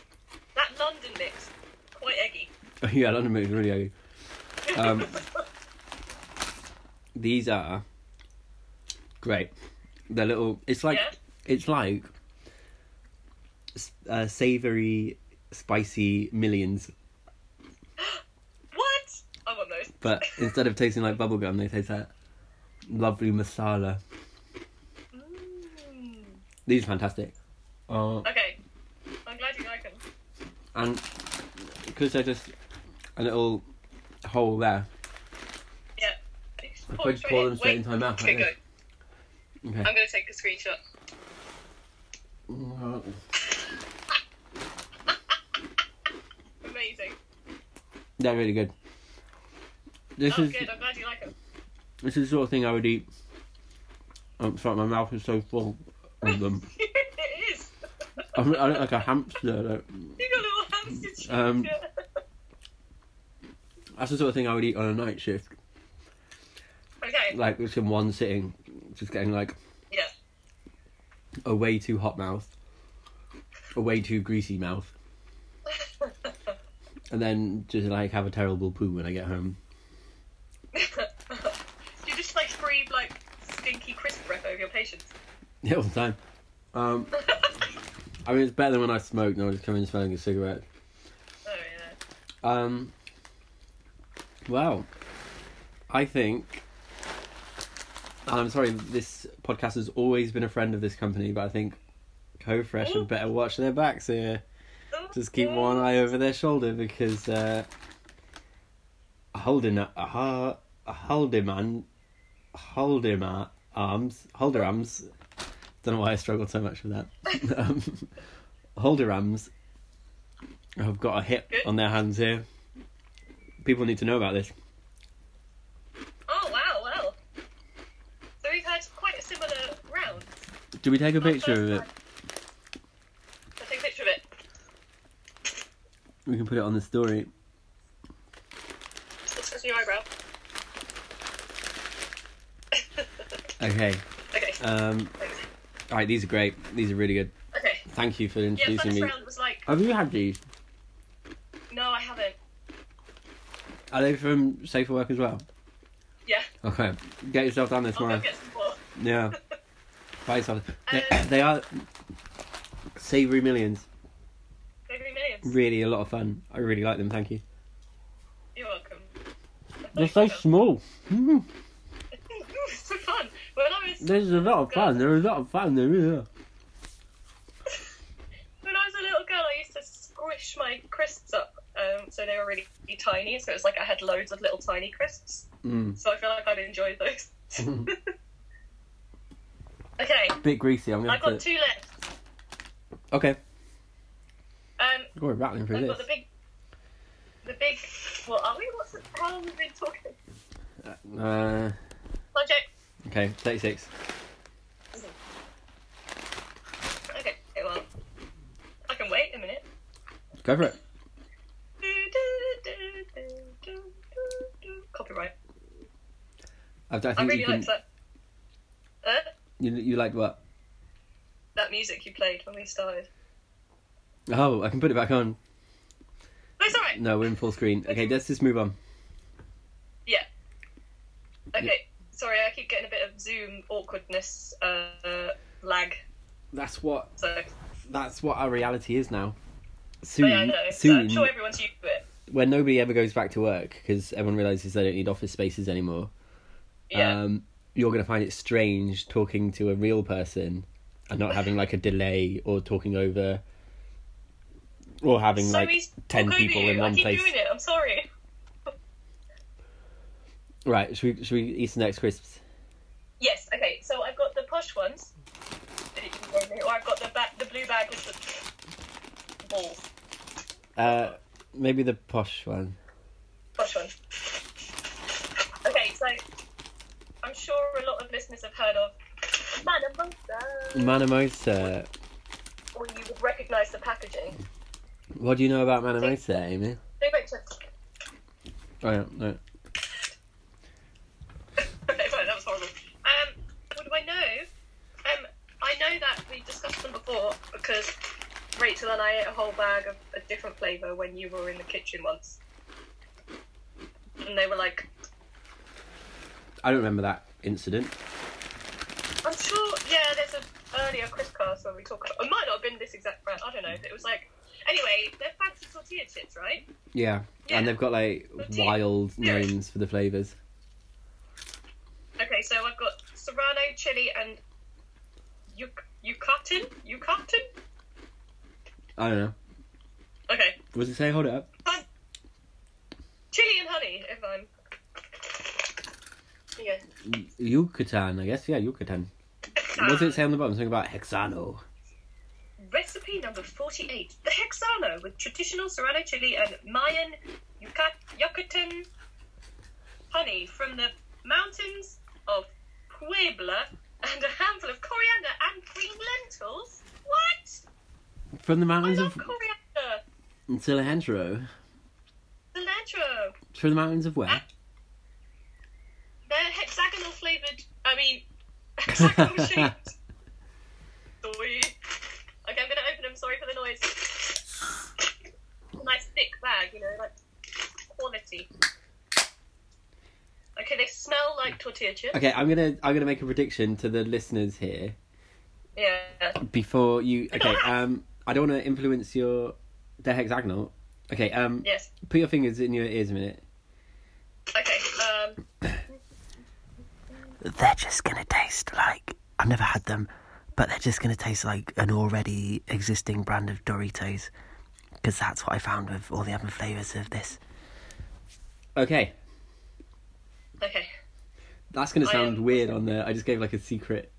Speaker 1: That London mix, quite eggy.
Speaker 2: yeah, London Moon is really eggy. Um, these are great. They're little. It's like
Speaker 1: Yeah.
Speaker 2: it's like s- uh, savory, spicy millions,
Speaker 1: What? I want those.
Speaker 2: but instead of tasting like bubblegum, they taste that lovely masala.
Speaker 1: Mm.
Speaker 2: These are fantastic. Uh,
Speaker 1: Okay. I'm glad you like them.
Speaker 2: and because they're just a little hole there.
Speaker 1: Yeah.
Speaker 2: could just pour them straight into my mouth,
Speaker 1: Okay,
Speaker 2: like
Speaker 1: go.
Speaker 2: this. Okay.
Speaker 1: I'm gonna take a screenshot. Amazing.
Speaker 2: They're really good. This
Speaker 1: oh,
Speaker 2: is
Speaker 1: good. I'm glad you like them.
Speaker 2: This is the sort of thing I would eat. I'm sorry, my mouth is so full of them.
Speaker 1: it is.
Speaker 2: I'm, I look like a hamster. Like,
Speaker 1: You got a little hamster cheek.
Speaker 2: Um,
Speaker 1: okay.
Speaker 2: that's the sort of thing I would eat on a night shift, like just in one sitting, just getting like a way too hot mouth, a way too greasy mouth, and then just like have a terrible poo when I get home.
Speaker 1: You just like breathe like stinky crisp breath over your patients.
Speaker 2: Yeah, all the time. Um, I mean, it's better than when I smoked and I was coming smelling a cigarette.
Speaker 1: Oh yeah.
Speaker 2: Um, well, I think. I'm sorry, this podcast has always been a friend of this company, but I think CoFresh had better watch their backs here. Just keep
Speaker 1: Oh,
Speaker 2: one eye over their shoulder because uh, a holding a, a, a Haldeman, Haldeman arms, Holderams. Don't know why I struggled so much with that. um, Holderams have got a hit on their hands here. People need to know about this.
Speaker 1: Oh wow, wow. So we've had quite a similar round.
Speaker 2: Do we take a
Speaker 1: Not
Speaker 2: picture of
Speaker 1: first
Speaker 2: it?
Speaker 1: time. Let's take a picture of it.
Speaker 2: We can put it on the story.
Speaker 1: Let's press your eyebrow.
Speaker 2: Okay.
Speaker 1: Okay.
Speaker 2: Um, all right, these are great. These are really good.
Speaker 1: okay.
Speaker 2: Thank you for
Speaker 1: Yeah,
Speaker 2: introducing me.
Speaker 1: first round was like
Speaker 2: Have you had these?
Speaker 1: no I haven't.
Speaker 2: Are they from Safer Work as well?
Speaker 1: Yeah.
Speaker 2: Okay. Get yourself down there
Speaker 1: I'll
Speaker 2: tomorrow.
Speaker 1: go get some more.
Speaker 2: Yeah. Buy yourself. They,
Speaker 1: Um,
Speaker 2: they are savoury millions.
Speaker 1: Maybe millions.
Speaker 2: Really a lot of fun. I really like them. Thank you.
Speaker 1: You're welcome.
Speaker 2: They're so small. Mm,
Speaker 1: so fun. When I was
Speaker 2: This is a lot of fun. They're a lot of fun. They really are.
Speaker 1: When I was a little girl, I used to squish my crisps up, um, so they were really tiny. So it was like I had loads of little tiny crisps.
Speaker 2: Mm.
Speaker 1: So I feel like I'd enjoy those. okay,
Speaker 2: Bit greasy. I'm gonna.
Speaker 1: I've got
Speaker 2: Put...
Speaker 1: two left.
Speaker 2: Okay.
Speaker 1: Um,
Speaker 2: We're rattling through
Speaker 1: I've got
Speaker 2: this.
Speaker 1: the big, the big. What are we? What's the how long have we been talking?
Speaker 2: Uh,
Speaker 1: Project.
Speaker 2: okay. Thirty-six.
Speaker 1: Okay, well, I can wait a minute.
Speaker 2: Go for it.
Speaker 1: Copyright.
Speaker 2: I, I think
Speaker 1: I
Speaker 2: you
Speaker 1: really
Speaker 2: can.
Speaker 1: liked that. Uh,
Speaker 2: You you liked what?
Speaker 1: that music you played when we started.
Speaker 2: Oh, I can put it back on.
Speaker 1: That's alright.
Speaker 2: No, we're in full screen. Okay, let's just move on.
Speaker 1: Yeah. Okay. Sorry, I keep getting a bit of Zoom awkwardness, uh, lag.
Speaker 2: That's what
Speaker 1: So,
Speaker 2: that's what our reality is now.
Speaker 1: but
Speaker 2: Soon,
Speaker 1: yeah, I know. So
Speaker 2: soon,
Speaker 1: I'm sure everyone's used to it.
Speaker 2: when nobody ever goes back to work because everyone realizes they don't need office spaces anymore,
Speaker 1: Yeah.
Speaker 2: um, you're going to find it strange talking to a real person and not having like a delay or talking over or having
Speaker 1: so
Speaker 2: like
Speaker 1: he's
Speaker 2: 10
Speaker 1: talk over
Speaker 2: people
Speaker 1: you.
Speaker 2: in
Speaker 1: I
Speaker 2: one
Speaker 1: keep
Speaker 2: place.
Speaker 1: doing it. I'm sorry.
Speaker 2: Right, should we, should we eat some next crisps?
Speaker 1: Yes. Okay. So I've got the posh ones, that you can give me, or I've got the ba- the blue bag with the balls.
Speaker 2: Uh, maybe the posh one.
Speaker 1: Posh one. Okay. So I'm sure a lot of listeners have heard of Manamosa.
Speaker 2: Manamosa.
Speaker 1: or you would recognise the packaging.
Speaker 2: What do you know about Manamosa, Amy?
Speaker 1: They make sense.
Speaker 2: Oh, yeah, no.
Speaker 1: Okay, fine, that was horrible. Um, what do I know? Um, I know that we discussed them before because Rachel and I ate a whole bag of a different flavour when you were in the kitchen once. And they were like,
Speaker 2: I don't remember that incident.
Speaker 1: I'm sure, yeah, there's an earlier Criscast where we talk about, it might not have been this exact brand, I don't know, it was like, anyway, they're fancy tortilla chips, right?
Speaker 2: Yeah.
Speaker 1: Yeah.
Speaker 2: And they've got like
Speaker 1: But do you-
Speaker 2: wild
Speaker 1: Yeah.
Speaker 2: names for the flavours.
Speaker 1: Okay, so I've got serrano, chili, and yuc- yucatan? Yucatan?
Speaker 2: I don't know.
Speaker 1: Okay.
Speaker 2: Was it say hold it up?
Speaker 1: Hun- chili and honey, if I'm. Yeah.
Speaker 2: Yucatan, I guess. Yeah, Yucatan. What does it say on the bottom? Something about hexano.
Speaker 1: Recipe number 48 The Hexano with traditional serrano chili and Mayan Yucat- Yucatan honey from the mountains of Puebla and a handful of coriander and green lentils. What?
Speaker 2: From the
Speaker 1: I
Speaker 2: mountains
Speaker 1: love
Speaker 2: of
Speaker 1: coriander.
Speaker 2: Cilantro.
Speaker 1: The lentro.
Speaker 2: From the mountains of where?
Speaker 1: They're hexagonal flavoured. I mean, hexagonal shaped. smell like tortilla chips.
Speaker 2: Okay, I'm gonna I'm gonna make a prediction to the listeners here
Speaker 1: Yeah.
Speaker 2: before you. Okay, um, I don't want to influence your. They're hexagonal. Okay, um,
Speaker 1: Yes.
Speaker 2: put your fingers in your ears a minute.
Speaker 1: Okay. Um,
Speaker 3: they're just going to taste like I've never had them, but they're just going to taste like an already existing brand of Doritos because that's what I found with all the other flavors of this.
Speaker 2: Okay,
Speaker 1: okay.
Speaker 2: that's gonna
Speaker 1: I
Speaker 2: sound
Speaker 1: am-
Speaker 2: weird on the. I just gave like a secret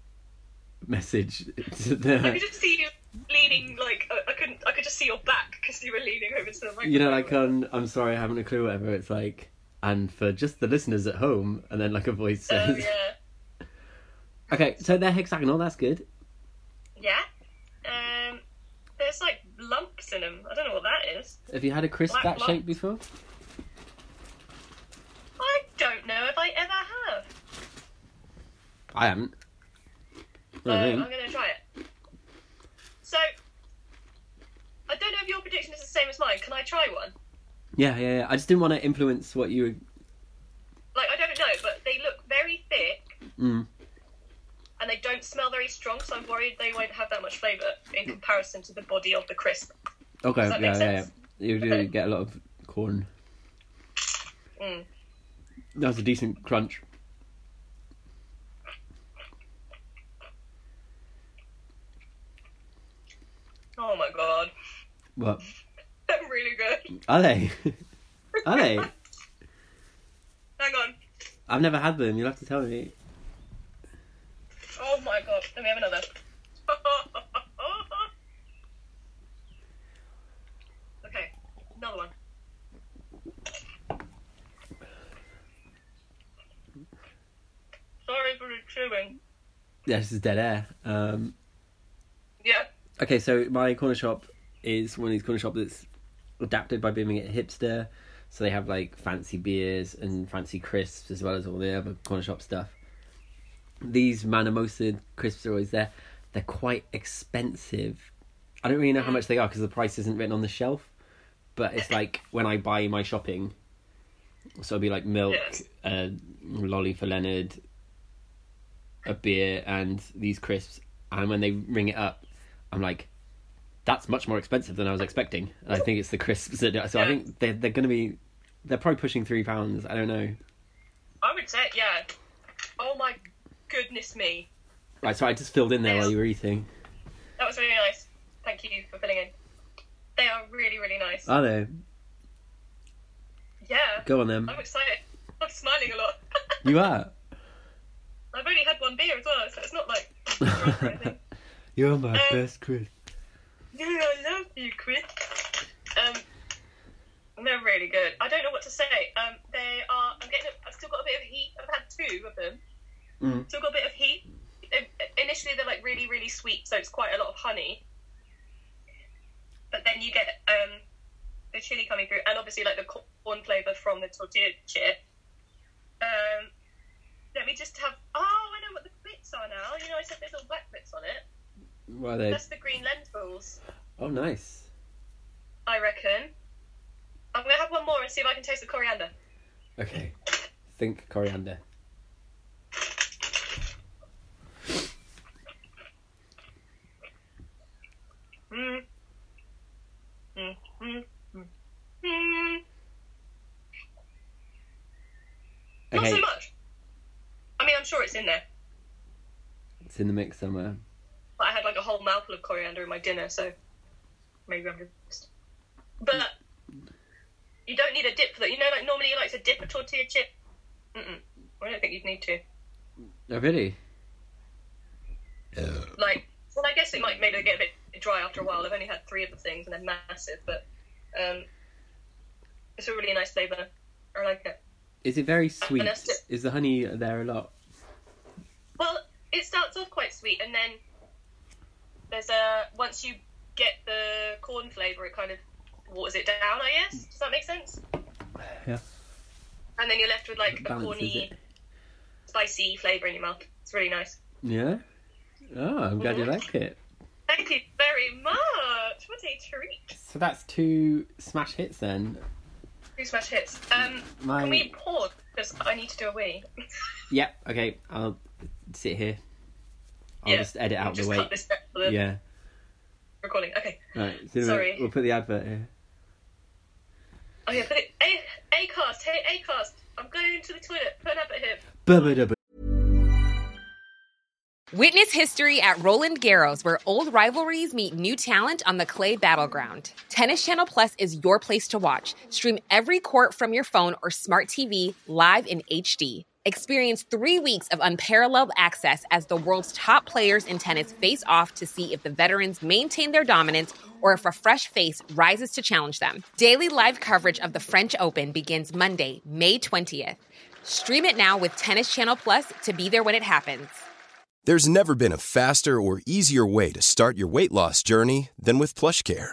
Speaker 2: message to
Speaker 1: I could
Speaker 2: the.
Speaker 1: just see you leaning like I, I couldn't. I could just see your back because you were leaning over to the microphone.
Speaker 2: You know, like uh, on I'm sorry, I haven't a clue. Whatever. It's like, and for just the listeners at home, and then like a voice
Speaker 1: Oh
Speaker 2: says,
Speaker 1: yeah.
Speaker 2: "Okay, so they're hexagonal. That's good.
Speaker 1: Yeah. Um, there's like lumps in them. I don't know what that is.
Speaker 2: Have you had a crisp
Speaker 1: Black
Speaker 2: that
Speaker 1: lung.
Speaker 2: shape before?
Speaker 1: I don't know if I ever have.
Speaker 2: I haven't.
Speaker 1: So
Speaker 2: I
Speaker 1: I'm
Speaker 2: don't.
Speaker 1: going to try it. So I don't know if your prediction is the same as mine. Can I try one?
Speaker 2: Yeah, yeah, yeah. I just didn't want to influence what you.
Speaker 1: Like I don't know, but they look very thick
Speaker 2: Mm.
Speaker 1: and they don't smell very strong. So I'm worried they won't have that much flavour in comparison to the body of the crisp.
Speaker 2: Okay,
Speaker 1: that
Speaker 2: oh, yeah,
Speaker 1: make
Speaker 2: yeah, yeah.
Speaker 1: sense?
Speaker 2: You do get a lot of corn.
Speaker 1: Mm.
Speaker 2: That was a decent crunch.
Speaker 1: Oh my god,
Speaker 2: What
Speaker 1: they're really good.
Speaker 2: are they? are they?
Speaker 1: Hang on.
Speaker 2: I've never had them. You'll have to tell me.
Speaker 1: Oh my god, let me have another. okay, another one. Sorry for the chewing.
Speaker 2: Yeah, this is dead air. Um,
Speaker 1: Yeah.
Speaker 2: okay, so my corner shop is one of these corner shops that's adapted by being it hipster. So they have like fancy beers and fancy crisps as well as all the other corner shop stuff. These Manamosa crisps are always there. They're quite expensive. I don't really know how much they are because the price isn't written on the shelf. But it's like when I buy my shopping, so it'll be like milk,
Speaker 1: Yes.
Speaker 2: a lolly for Leonard, a beer, and these crisps. And when they ring it up, I'm like, that's much more expensive than I was expecting. And I think it's the crisps that. do it. So I think they're they're going to be, they're probably pushing three pounds. I don't know.
Speaker 1: I would say, yeah. Oh my goodness me.
Speaker 2: Right, so I just filled in there while you were eating.
Speaker 1: That was really nice. Thank you for filling in. They are really, really nice.
Speaker 2: Are they?
Speaker 1: yeah.
Speaker 2: Go on then.
Speaker 1: I'm excited. I'm smiling a lot.
Speaker 2: You are.
Speaker 1: I've only had one beer as well, so it's not like. drunk or anything.
Speaker 2: You're my
Speaker 1: Uh,
Speaker 2: best crisp.
Speaker 1: Yeah, I love you, Chris. Um, they're really good. I don't know what to say. Um, they are. I'm getting. I've still got a bit of heat. I've had two of them.
Speaker 2: Mm.
Speaker 1: Still got a bit of heat. Um, Initially, they're like really, really sweet, so it's quite a lot of honey. But then you get um, the chili coming through, and obviously like the corn flavor from the tortilla chip. Um, let me just have. Oh, I know what the bits are now. You know, I said there's little black bits on it.
Speaker 2: What are they?
Speaker 1: That's the green lentils.
Speaker 2: Oh, nice.
Speaker 1: I reckon. I'm gonna have one more and see if I can taste the coriander.
Speaker 2: Okay. Think coriander.
Speaker 1: Mm. Mm, mm, mm, mm. Not
Speaker 2: Okay,
Speaker 1: so much. I mean, I'm sure it's in there,
Speaker 2: it's in the mix somewhere.
Speaker 1: but I had like a whole mouthful of coriander in my dinner, so maybe I'm just. But you don't need a dip for that. You know, like normally you like to dip a tortilla chip. Mm-mm. I don't think you'd need to.
Speaker 2: Oh, really?
Speaker 1: Like, well, I guess it might maybe get a bit dry after a while. I've only had three of the things and they're massive, but um, it's a really nice flavour. I like it.
Speaker 2: Is it very sweet?
Speaker 1: gonna sit-
Speaker 2: Is the honey there a lot?
Speaker 1: Well, it starts off quite sweet, and then there's a once you get the corn flavour, it kind of waters it down. I guess does that make sense?
Speaker 2: Yeah.
Speaker 1: And then you're left with like a
Speaker 2: Balances
Speaker 1: corny,
Speaker 2: it.
Speaker 1: spicy flavour in your mouth. It's really nice.
Speaker 2: Yeah? Oh, I'm glad you like it.
Speaker 1: Thank you very much. What a treat!
Speaker 2: So that's two smash hits then.
Speaker 1: Too smash hits. Um,
Speaker 2: My-
Speaker 1: Can we pause? Because I need to do a wee.
Speaker 2: Yep. Okay. I'll sit here. I'll
Speaker 1: Yeah,
Speaker 2: just edit out
Speaker 1: just
Speaker 2: the wait.
Speaker 1: cut this bit for the
Speaker 2: Yeah.
Speaker 1: recording. Okay.
Speaker 2: Right. So anyway,
Speaker 1: Sorry.
Speaker 2: We'll put the advert here.
Speaker 1: Oh yeah, put it. A Acast. Hey Acast. I'm going to the toilet. Put up at him.
Speaker 2: Ba-ba-da-ba.
Speaker 4: Witness history at Roland Garros, where old rivalries meet new talent on the clay battleground. Tennis Channel Plus is your place to watch. Stream every court from your phone or smart TV live in HD. Experience three weeks of unparalleled access as the world's top players in tennis face off to see if the veterans maintain their dominance or if a fresh face rises to challenge them. Daily live coverage of the French Open begins Monday, May 20th. Stream it now with Tennis Channel Plus to be there when it happens.
Speaker 5: There's never been a faster or easier way to start your weight loss journey than with PlushCare.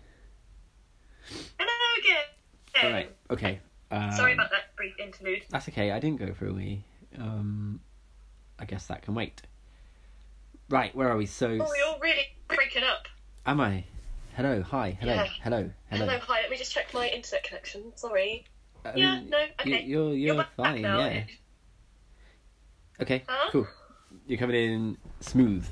Speaker 1: Hello again.
Speaker 2: All right. Okay. Um,
Speaker 1: Sorry about that brief interlude.
Speaker 2: That's okay. I didn't go for a wee. Um, I guess that can wait. Right. Where are we? So.
Speaker 1: Oh, we all really breaking up.
Speaker 2: Am I? Hello. Hi. Hello.
Speaker 1: Yeah.
Speaker 2: Hello. Hello.
Speaker 1: Hello. hi. Let me just check my internet connection. Sorry.
Speaker 2: I
Speaker 1: yeah,
Speaker 2: mean,
Speaker 1: no,
Speaker 2: you-
Speaker 1: okay.
Speaker 2: You're you're,
Speaker 1: back
Speaker 2: fine.
Speaker 1: now.
Speaker 2: Yeah. Okay.
Speaker 1: Huh?
Speaker 2: Cool. You're coming in smooth.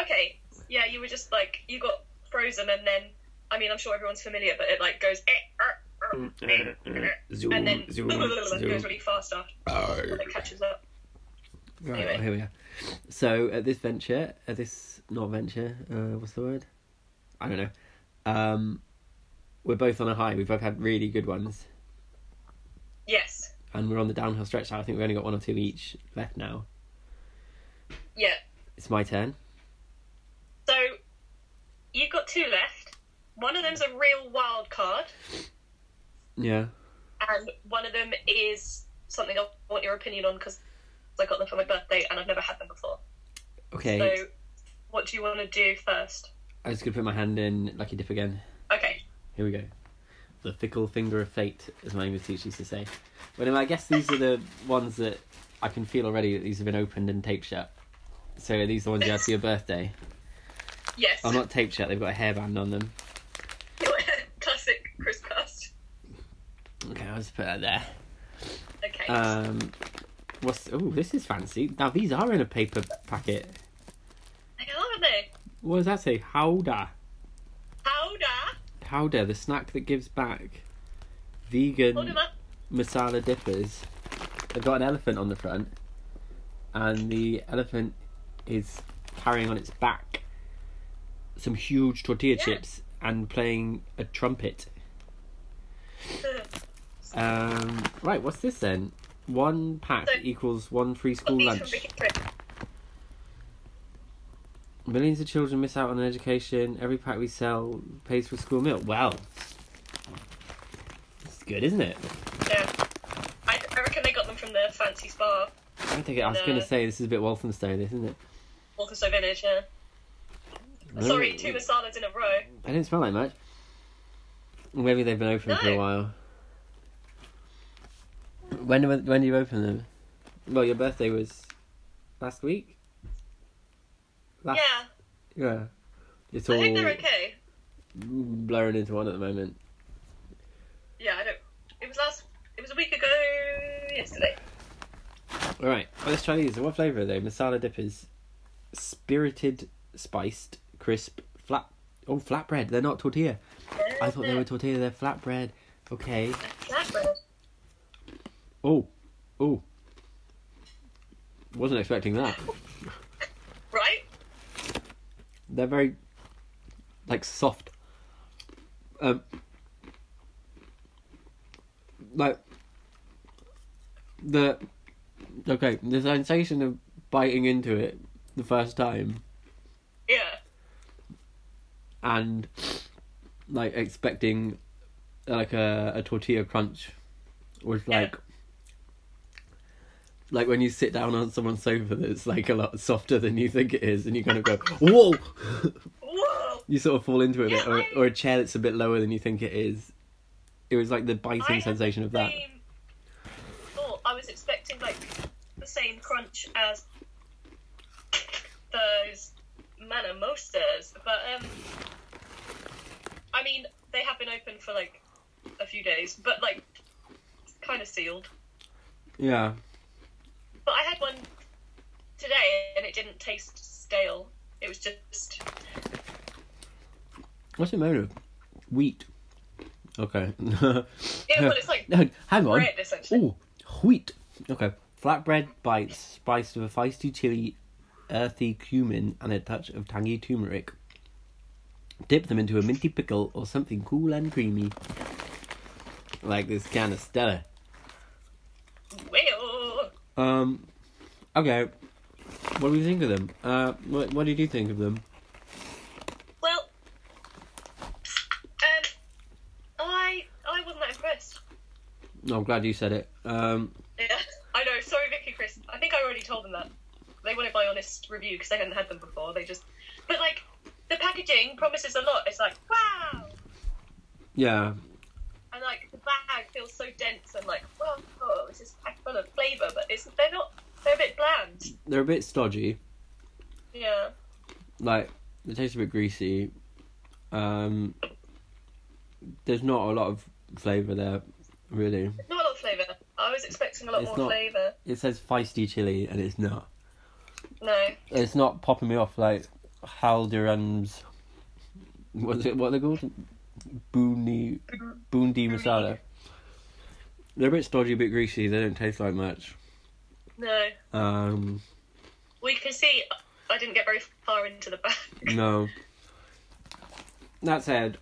Speaker 1: Okay. Yeah, you were just like you got frozen, and then I mean, I'm sure everyone's familiar, but it like goes eh, er, er, eh, er, and then goes really fast after and it catches up.
Speaker 2: Right.
Speaker 1: Anyway.
Speaker 2: well, Here we are. So at this venture, at this not venture, uh, what's the word? I don't know. Um, we're both on a high. We've both had really good ones,
Speaker 1: Yes.
Speaker 2: and we're on the downhill stretch. Now. I think we've only got one or two each left now.
Speaker 1: Yeah.
Speaker 2: It's my turn.
Speaker 1: So you've got two left. One of them's a real wild card,
Speaker 2: Yeah.
Speaker 1: and one of them is something I want your opinion on because I got them for my birthday and I've never had them before.
Speaker 2: Okay.
Speaker 1: So what do you want to do first?
Speaker 2: I was gonna put my hand in lucky dip again.
Speaker 1: Okay.
Speaker 2: Here we go. The fickle finger of fate, as my English teacher used to say. But anyway, I guess these are the ones that I can feel already that these have been opened and taped shut. So these are the ones you had for your birthday.
Speaker 1: Yes.
Speaker 2: Oh, not taped shut, they've got a hairband on them.
Speaker 1: Classic Chris Cast.
Speaker 2: Okay, I'll just put that there.
Speaker 1: Okay.
Speaker 2: Um, what's. Oh, this is fancy. Now, these are in a paper packet.
Speaker 1: They are, they?
Speaker 2: What does that say? Howda.
Speaker 1: Powder.
Speaker 2: Howda, the snack that gives back.
Speaker 1: Hold
Speaker 2: Vegan
Speaker 1: them up.
Speaker 2: masala dippers. They've got an elephant on the front, and the elephant is carrying on its back some huge tortilla chips and playing a trumpet. Um, right, what's this then? One pack
Speaker 1: So-
Speaker 2: equals one free
Speaker 1: Got
Speaker 2: school
Speaker 1: these from
Speaker 2: lunch.
Speaker 1: Vicky Trip.
Speaker 2: Millions of children miss out on an education. Every pack we sell pays for school meal. Wow. It's good, isn't it?
Speaker 1: Yeah. I, I reckon they got them from the fancy spa,
Speaker 2: I think I was going
Speaker 1: No.
Speaker 2: to say this is a bit Walthamstow, this, isn't it?
Speaker 1: Walthamstow Village, yeah. Sorry, two masalas in a row.
Speaker 2: They didn't smell like much. Maybe they've been open for a
Speaker 1: No.
Speaker 2: while. When were- when do you open them? Well, your birthday was last week. Last,
Speaker 1: Yeah.
Speaker 2: yeah, It's
Speaker 1: I
Speaker 2: all
Speaker 1: think they're okay.
Speaker 2: blurring into one at the moment.
Speaker 1: Yeah, I don't. It was last. It was a week ago yesterday.
Speaker 2: All right, well, let's try these. What flavour are they? Masala dippers, spirited, spiced, crisp, flat. Oh, flatbread. They're not tortilla. I thought they were tortilla. They're flatbread. Okay.
Speaker 1: Flatbread.
Speaker 2: Oh, oh. Wasn't expecting that.
Speaker 1: Right?
Speaker 2: They're very, like, soft. Um, like, the. Okay, the sensation of biting into it the first time
Speaker 1: Yeah.
Speaker 2: and, like, expecting, like, a, a tortilla crunch was
Speaker 1: Yeah.
Speaker 2: like. Like when you sit down on someone's sofa that's like a lot softer than you think it is, and you kind of go, "Whoa!"
Speaker 1: Whoa!
Speaker 2: you sort of fall into it a bit,
Speaker 1: Yeah,
Speaker 2: or,
Speaker 1: I-
Speaker 2: or a chair that's a bit lower than you think it is. It was like the biting
Speaker 1: had
Speaker 2: sensation
Speaker 1: the
Speaker 2: of that.
Speaker 1: same Thought. I was expecting like the same crunch as those manor mosters, but um, I mean they have been open for like a few days, but like kind of sealed.
Speaker 2: Yeah.
Speaker 1: But I had one today, and it didn't taste stale. It was just
Speaker 2: What's it made of? Wheat. Okay.
Speaker 1: yeah, well, it's like
Speaker 2: No, Hang on.
Speaker 1: bread essentially.
Speaker 2: Oh, wheat. Okay. Flatbread bites spiced with a feisty chili, earthy cumin, and a touch of tangy turmeric. Dip them into a minty pickle or something cool and creamy. Like this can of Stella.
Speaker 1: Well,
Speaker 2: Um, okay. What do you think of them? Uh, what, what did you think of them?
Speaker 1: Well, um, I I wasn't that impressed.
Speaker 2: No, I'm glad you said it. Um,
Speaker 1: Yeah, I know. Sorry, Vicky, Chris. I think I already told them that. They wanted my honest review because they hadn't had them before. They just, but like, the packaging promises a lot. It's like wow,
Speaker 2: yeah.
Speaker 1: and like the bag feels so dense and like whoa, whoa this is packed full of flavour, but it's they're not. They're a bit bland.
Speaker 2: They're a bit stodgy.
Speaker 1: Yeah,
Speaker 2: Like, they taste a bit greasy. Um, there's not a lot of flavour there, really.
Speaker 1: not a lot of flavour. I was expecting a lot
Speaker 2: It's
Speaker 1: more
Speaker 2: not-
Speaker 1: flavour.
Speaker 2: It says feisty chili, and it's not.
Speaker 1: No,
Speaker 2: It's not popping me off like Haldiram's. What's it? What are they called? Boondi, Boondi masala. They're a bit stodgy, a bit greasy. They don't taste like much.
Speaker 1: no.
Speaker 2: Um,
Speaker 1: We can see. I didn't get very far into the bag.
Speaker 2: no. That said,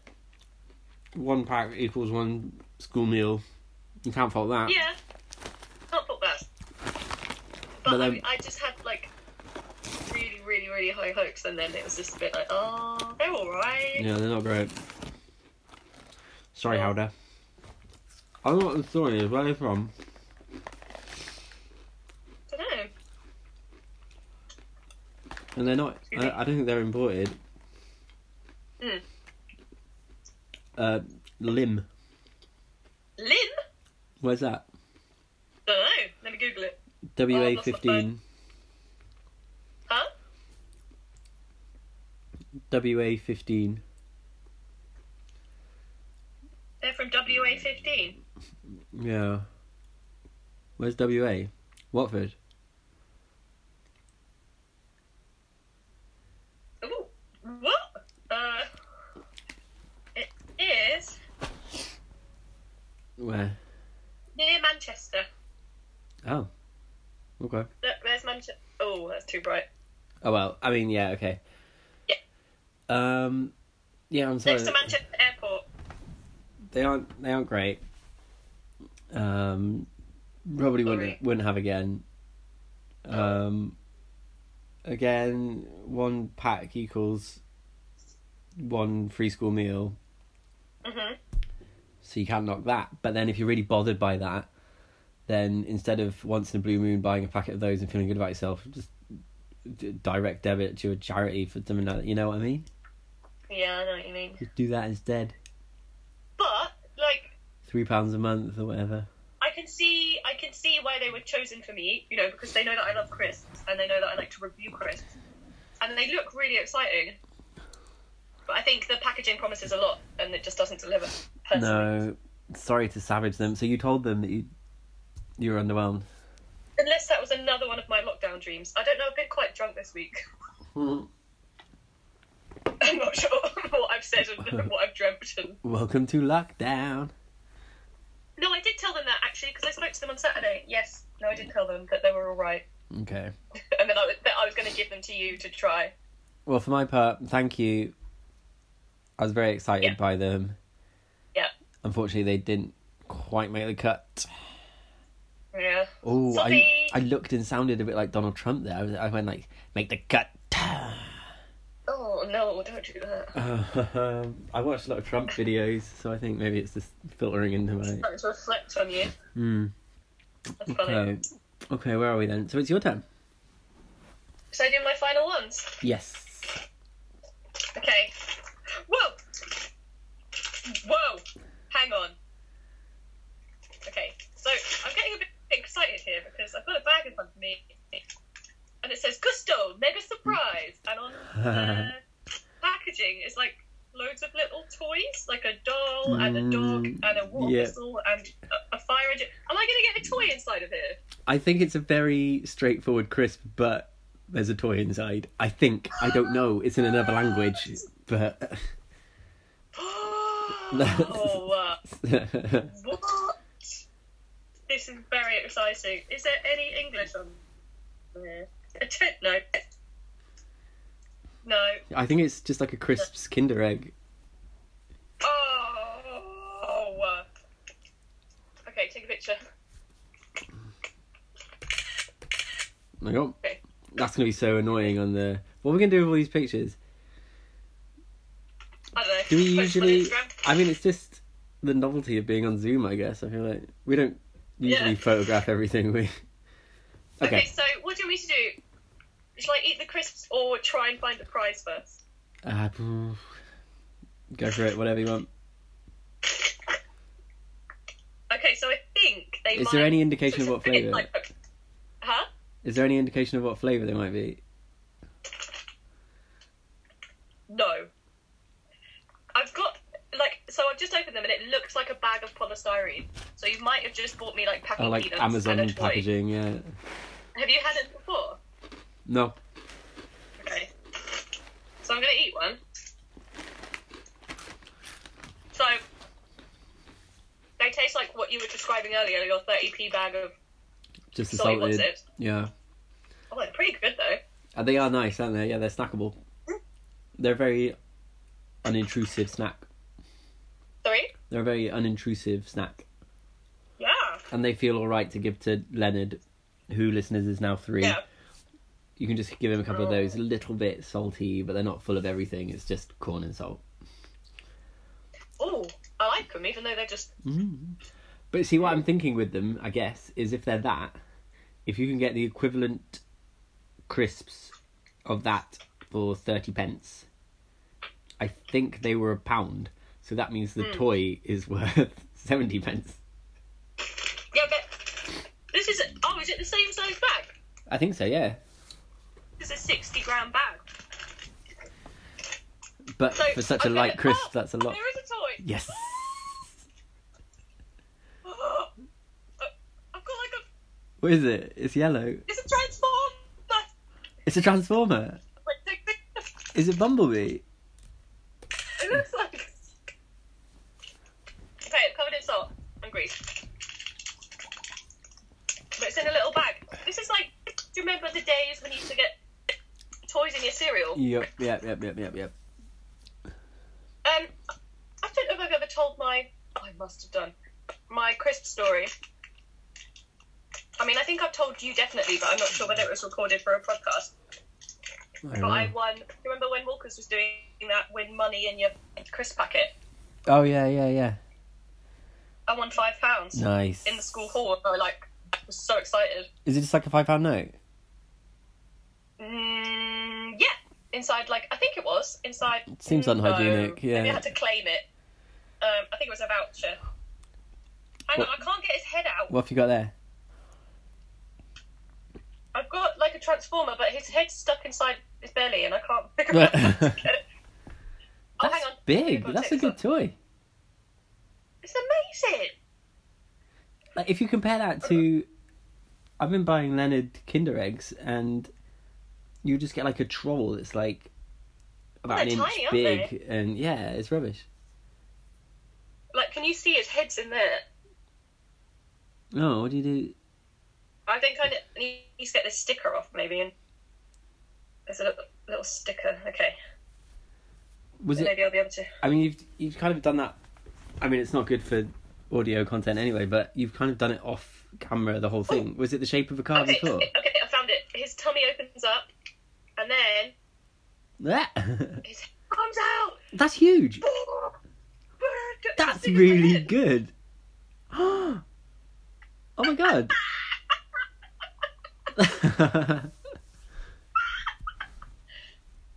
Speaker 2: one pack equals one school meal. You can't fault that.
Speaker 1: Yeah, not book that.
Speaker 2: But
Speaker 1: But I,
Speaker 2: then-
Speaker 1: I just had like really, really, really high hopes, and then it was just a bit like, oh, they're all right.
Speaker 2: Yeah, they're not great. Sorry,
Speaker 1: Oh.
Speaker 2: Halder. I don't know what the story is. Where are they from?
Speaker 1: I don't know.
Speaker 2: And they're not. I, I don't think they're imported.
Speaker 1: Mm.
Speaker 2: Uh, Lim.
Speaker 1: Lynn?
Speaker 2: Where's that?
Speaker 1: Don't know. Let me Google it.
Speaker 2: WA
Speaker 1: that's not
Speaker 2: fifteen.
Speaker 1: bad. Huh?
Speaker 2: WA fifteen.
Speaker 1: They're from WA15.
Speaker 2: Yeah. Where's WA? Watford.
Speaker 1: Ooh, what? Uh, it is
Speaker 2: Where?
Speaker 1: near Manchester.
Speaker 2: Oh. Okay.
Speaker 1: Look, there's Manchester. Oh, that's too bright.
Speaker 2: Oh well. I mean, yeah. Okay.
Speaker 1: Yeah.
Speaker 2: Um. Yeah, I'm sorry.
Speaker 1: Next to Manchester Airport.
Speaker 2: They aren't. They aren't great. Um. Probably
Speaker 1: Sorry.
Speaker 2: wouldn't wouldn't have again. Um. Again, one pack equals one free school meal.
Speaker 1: Mhm.
Speaker 2: So you can't knock that. But then, if you're really bothered by that, then instead of once in a blue moon buying a packet of those and feeling good about yourself, just d- direct debit to a charity for something like that. You know what I mean?
Speaker 1: Yeah, I know what you mean.
Speaker 2: Just do that instead.
Speaker 1: But, like,
Speaker 2: Three pounds a month or whatever.
Speaker 1: I can see I can see why they were chosen for me, you know, because they know that I love crisps and they know that I like to review crisps. And they look really exciting. But I think the packaging promises a lot and it just doesn't deliver personally.
Speaker 2: No, sorry to savage them. So you told them that you you were underwhelmed.
Speaker 1: Unless that was another one of my lockdown dreams. I don't know, I've been quite drunk this week. I'm not sure what I've said and what I've dreamt. And...
Speaker 2: Welcome to lockdown.
Speaker 1: No, I did tell them that actually because I spoke to them on Saturday. Yes, no, I did tell them that they were all right,
Speaker 2: Okay.
Speaker 1: and then I was, that I was going to give them to you to try.
Speaker 2: Well, for my part, thank you. I was very excited
Speaker 1: Yeah.
Speaker 2: by them.
Speaker 1: Yeah,
Speaker 2: Unfortunately, they didn't quite make the cut.
Speaker 1: yeah.
Speaker 2: Oh, I,
Speaker 1: Sorry.
Speaker 2: I looked and sounded a bit like Donald Trump there. I, was, I went like, make the cut.
Speaker 1: Oh no, don't do
Speaker 2: Uh-huh.
Speaker 1: that.
Speaker 2: Um, I watched a lot of Trump videos, so I think maybe it's just filtering into my.
Speaker 1: Starting to reflect on you. That's
Speaker 2: Hmm.
Speaker 1: funny.
Speaker 2: Okay. Okay, where are we then? So it's your turn.
Speaker 1: Should I do my final ones?
Speaker 2: Yes.
Speaker 1: Okay. Whoa! Whoa! Hang on. Okay, so I'm getting a bit excited here because I've got a bag in front of me and it says Gusto, mega surprise! And on the packaging is like loads of little toys, like a doll and a dog
Speaker 2: Mm,
Speaker 1: and a water
Speaker 2: yeah.
Speaker 1: whistle and a, a fire engine. Am I going to get a toy inside of here?
Speaker 2: I think it's a very straightforward crisp, but there's a toy inside. I think. I don't know. It's in another language, but.
Speaker 1: oh, wow. What? This is very exciting. Is there any English on there? A tent? No. No.
Speaker 2: I think it's just like a crisps Kinder egg.
Speaker 1: Oh. uh, Okay, take a picture.
Speaker 2: There you go.
Speaker 1: Okay.
Speaker 2: oh, That's gonna be so annoying on the. What are we gonna do with all these pictures?
Speaker 1: I don't know.
Speaker 2: Do we
Speaker 1: Post on
Speaker 2: usually?
Speaker 1: Instagram?
Speaker 2: I mean, it's just the novelty of being on Zoom. I guess I feel like we don't usually
Speaker 1: Yeah.
Speaker 2: photograph everything. We.
Speaker 1: Okay.
Speaker 2: Okay.
Speaker 1: so what do you want me to do? Shall I eat the crisps or try and find the prize first?
Speaker 2: Uh, phew. go for it. Whatever you want.
Speaker 1: Okay, so I think they
Speaker 2: Is
Speaker 1: might.
Speaker 2: there any indication of what flavour?
Speaker 1: Like- Huh?
Speaker 2: Is there any indication of what flavour they might be?
Speaker 1: No. I've got like so I've just opened them and it looks like a bag of polystyrene. So you might have just bought me like packing
Speaker 2: Oh, like
Speaker 1: peanuts
Speaker 2: Amazon
Speaker 1: and a toy.
Speaker 2: packaging. Yeah.
Speaker 1: Have you had it before?
Speaker 2: No.
Speaker 1: Okay. So I'm gonna eat one. So they taste like what you were describing earlier, your 30p bag of.
Speaker 2: Just
Speaker 1: Sorry, what's
Speaker 2: assaulted.
Speaker 1: it?
Speaker 2: Yeah.
Speaker 1: Oh, they're pretty good though.
Speaker 2: Uh, they are nice, aren't they? Yeah, they're snackable. They're very unintrusive snack.
Speaker 1: Sorry.
Speaker 2: They're a very unintrusive snack.
Speaker 1: Yeah.
Speaker 2: And they feel alright to give to Leonard, who listeners is now three.
Speaker 1: Yeah. Oh.
Speaker 2: You can just give him a couple of those, a little bit salty, but they're not full of everything. It's just corn and salt.
Speaker 1: Oh, I like them, even though they're just.
Speaker 2: But see, what I'm thinking with them, I guess, is if they're that, if you can get the equivalent crisps of that for 30 pence, I think they were a pound. So that means
Speaker 1: Hmm.
Speaker 2: the toy is worth 70 pence.
Speaker 1: Yeah, but this is. Oh, is it the same size bag?
Speaker 2: I think so, yeah.
Speaker 1: It's a 60 gram bag.
Speaker 2: But
Speaker 1: So,
Speaker 2: for such a
Speaker 1: okay,
Speaker 2: light crisp,
Speaker 1: oh,
Speaker 2: that's a lot.
Speaker 1: There is a toy.
Speaker 2: Yes.
Speaker 1: Oh, I've got like a.
Speaker 2: What is it? It's yellow.
Speaker 1: It's a transformer.
Speaker 2: It's a transformer.
Speaker 1: Like, tick, tick.
Speaker 2: Is it Bumblebee?
Speaker 1: It looks like. Okay, it's covered in salt and grease. But it's in a little bag. This is like. Do you remember the days when you used to get toys in your cereal?
Speaker 2: Yep, yep, yep, yep, yep, yep.
Speaker 1: Um, I don't know if I've ever told my. oh, I must have done my crisp story. I mean, I think I've told you definitely, but I'm not sure whether it was recorded for a podcast. But I won. Do you remember when Walkers was doing that? Win money in your crisp packet.
Speaker 2: Oh, yeah, yeah, yeah.
Speaker 1: I won five pounds
Speaker 2: Nice.
Speaker 1: in the school hall. And I like was so excited.
Speaker 2: Is it just like a £5 note?
Speaker 1: Mm, yeah, inside like I think it was inside.
Speaker 2: Seems
Speaker 1: Mm, no.
Speaker 2: unhygienic, yeah.
Speaker 1: Maybe I had to claim it. Um, I think it was a voucher. Hang
Speaker 2: What-
Speaker 1: on, I can't get his head out.
Speaker 2: What have you got there?
Speaker 1: I've got like a transformer, but his head's stuck inside his belly, and I can't figure out how to get it. Oh,
Speaker 2: That's
Speaker 1: hang on. I've
Speaker 2: big.
Speaker 1: got
Speaker 2: That's a
Speaker 1: tics
Speaker 2: good
Speaker 1: on.
Speaker 2: toy.
Speaker 1: It's amazing.
Speaker 2: Like, if you compare that to, I've been buying Leonard Kinder eggs, and you just get like a troll. It's like about
Speaker 1: They're
Speaker 2: an inch
Speaker 1: tiny, aren't they?
Speaker 2: big, and yeah, it's rubbish.
Speaker 1: Like, can you see his head's in there?
Speaker 2: No, what do you do?
Speaker 1: I think I need need to get this sticker off, maybe. And there's a little, little sticker. Okay,
Speaker 2: Was it?
Speaker 1: maybe I'll be able to.
Speaker 2: I mean, you've you've kind of done that. I mean, it's not good for audio content anyway, but you've kind of done it off camera. The
Speaker 1: Oh.
Speaker 2: whole thing was it the shape of a card
Speaker 1: Okay,
Speaker 2: before?
Speaker 1: okay, okay, I found it. His tummy opens up, and then
Speaker 2: That-
Speaker 1: his head comes out.
Speaker 2: That's huge.
Speaker 1: It's
Speaker 2: That's
Speaker 1: bigger
Speaker 2: really
Speaker 1: than-
Speaker 2: good. oh my god.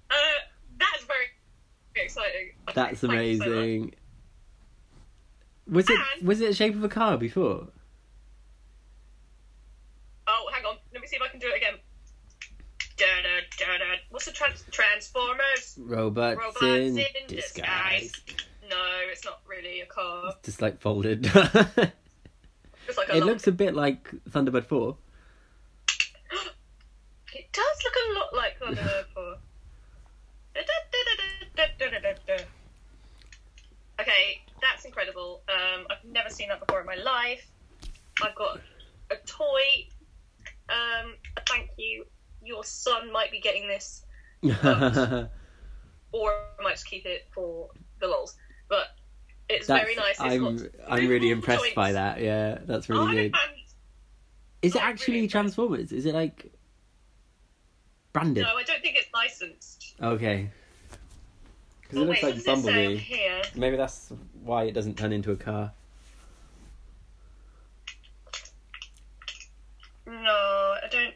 Speaker 1: Uh, that's very exciting.
Speaker 2: That's
Speaker 1: Thank you so much.
Speaker 2: amazing. Was it
Speaker 1: And-
Speaker 2: was it the shape of a car before?
Speaker 1: Oh, hang on. Let me see if I can do it again. Da-da, da-da. What's the trans- Transformers?
Speaker 2: Robots,
Speaker 1: Robots
Speaker 2: in,
Speaker 1: in,
Speaker 2: disguise.
Speaker 1: disguise. No, it's not really a car.
Speaker 2: Just like folded.
Speaker 1: It's like a
Speaker 2: it
Speaker 1: lot-
Speaker 2: looks a bit like Thunderbird 4.
Speaker 1: It does look a lot like Thunderbird 4. Da-da-da-da-da-da-da-da-da. Okay, that's incredible. Um, I've never seen that before in my life. I've got a toy. Um, thank you. Your son might be getting this or I might just keep it for the lols. But it's
Speaker 2: That's-
Speaker 1: very nice. It's
Speaker 2: I'm
Speaker 1: got
Speaker 2: I'm really
Speaker 1: movable
Speaker 2: impressed
Speaker 1: joints.
Speaker 2: by that. Yeah, that's
Speaker 1: I'm,
Speaker 2: really good.
Speaker 1: I'm-
Speaker 2: Is it
Speaker 1: I'm
Speaker 2: actually
Speaker 1: really impressed.
Speaker 2: Transformers? Is it like branded?
Speaker 1: no, I don't think it's licensed.
Speaker 2: Okay. Because
Speaker 1: Oh,
Speaker 2: it looks
Speaker 1: wait, what
Speaker 2: like
Speaker 1: does it say on
Speaker 2: Bumblebee.
Speaker 1: here?
Speaker 2: Maybe that's why it doesn't turn into a car.
Speaker 1: No, I don't.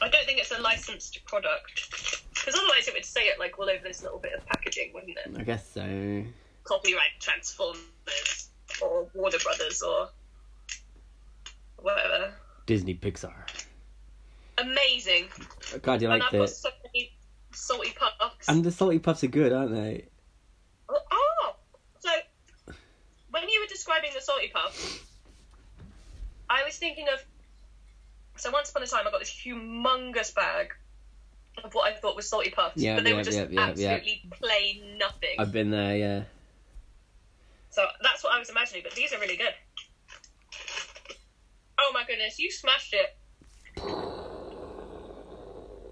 Speaker 1: I don't think it's a licensed product. Because otherwise, it would say it like all over this little bit of packaging, wouldn't it?
Speaker 2: I guess so.
Speaker 1: Copyright Transformers or Warner Brothers or whatever.
Speaker 2: Disney Pixar.
Speaker 1: Amazing.
Speaker 2: Oh, God, you
Speaker 1: and
Speaker 2: like
Speaker 1: I've got
Speaker 2: this.
Speaker 1: so many salty puffs.
Speaker 2: And the salty puffs are good, aren't they?
Speaker 1: Oh, so when you were describing the salty puff, I was thinking of. So once upon a time, I got this humongous bag of what I thought was salty puffs,
Speaker 2: Yeah,
Speaker 1: but they
Speaker 2: yeah,
Speaker 1: were just
Speaker 2: yeah, yeah, yeah.
Speaker 1: absolutely plain nothing.
Speaker 2: I've been there, yeah.
Speaker 1: So that's what I was imagining, but these are really good. Oh my goodness, you smashed it!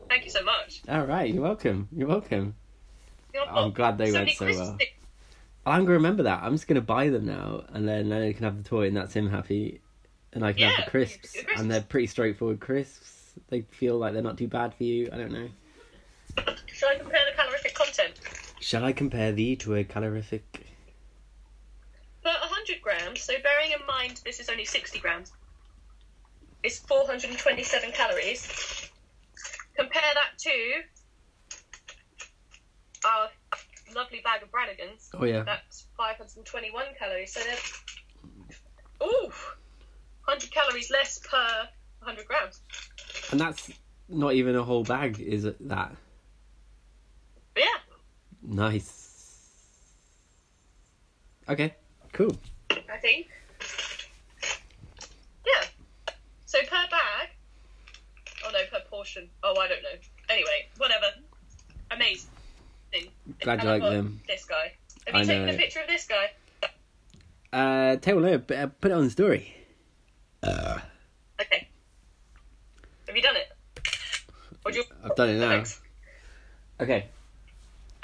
Speaker 1: Thank you so much.
Speaker 2: All right, you're welcome. You're welcome.
Speaker 1: You're
Speaker 2: I'm glad they went
Speaker 1: many
Speaker 2: so
Speaker 1: Christmas
Speaker 2: well.
Speaker 1: things.
Speaker 2: I'm gonna remember that. I'm just gonna buy them now, and then Leonard can have the toy, and that's him happy, and I can have
Speaker 1: Yeah,
Speaker 2: the crisps,
Speaker 1: the crisps.
Speaker 2: and they're pretty straightforward crisps. They feel like they're not too bad for you. I don't know.
Speaker 1: Shall I compare the calorific content?
Speaker 2: Shall I compare thee to a calorific?
Speaker 1: per 100 grams, so bearing in mind this is only 60 grams, is 427 calories. Compare that to our lovely bag of Brannigan's.
Speaker 2: Oh yeah,
Speaker 1: That's 521 calories. So they're, ooh, 100 calories less per 100 grams.
Speaker 2: and that's not even a whole bag, is it? That
Speaker 1: But yeah,
Speaker 2: nice. Okay, cool.
Speaker 1: I think. Yeah. So per bag. Oh no, per portion. Oh, I don't know. Anyway, whatever. Amazing.
Speaker 2: Glad you
Speaker 1: And I've
Speaker 2: like
Speaker 1: got
Speaker 2: them.
Speaker 1: This guy. Have
Speaker 2: I
Speaker 1: you taken
Speaker 2: know.
Speaker 1: a picture of this guy?
Speaker 2: Uh, tell Leo, but, uh, put it on the story.
Speaker 1: Okay. Have you done it? Or do you...
Speaker 2: I've done it now.
Speaker 1: Thanks.
Speaker 2: Okay.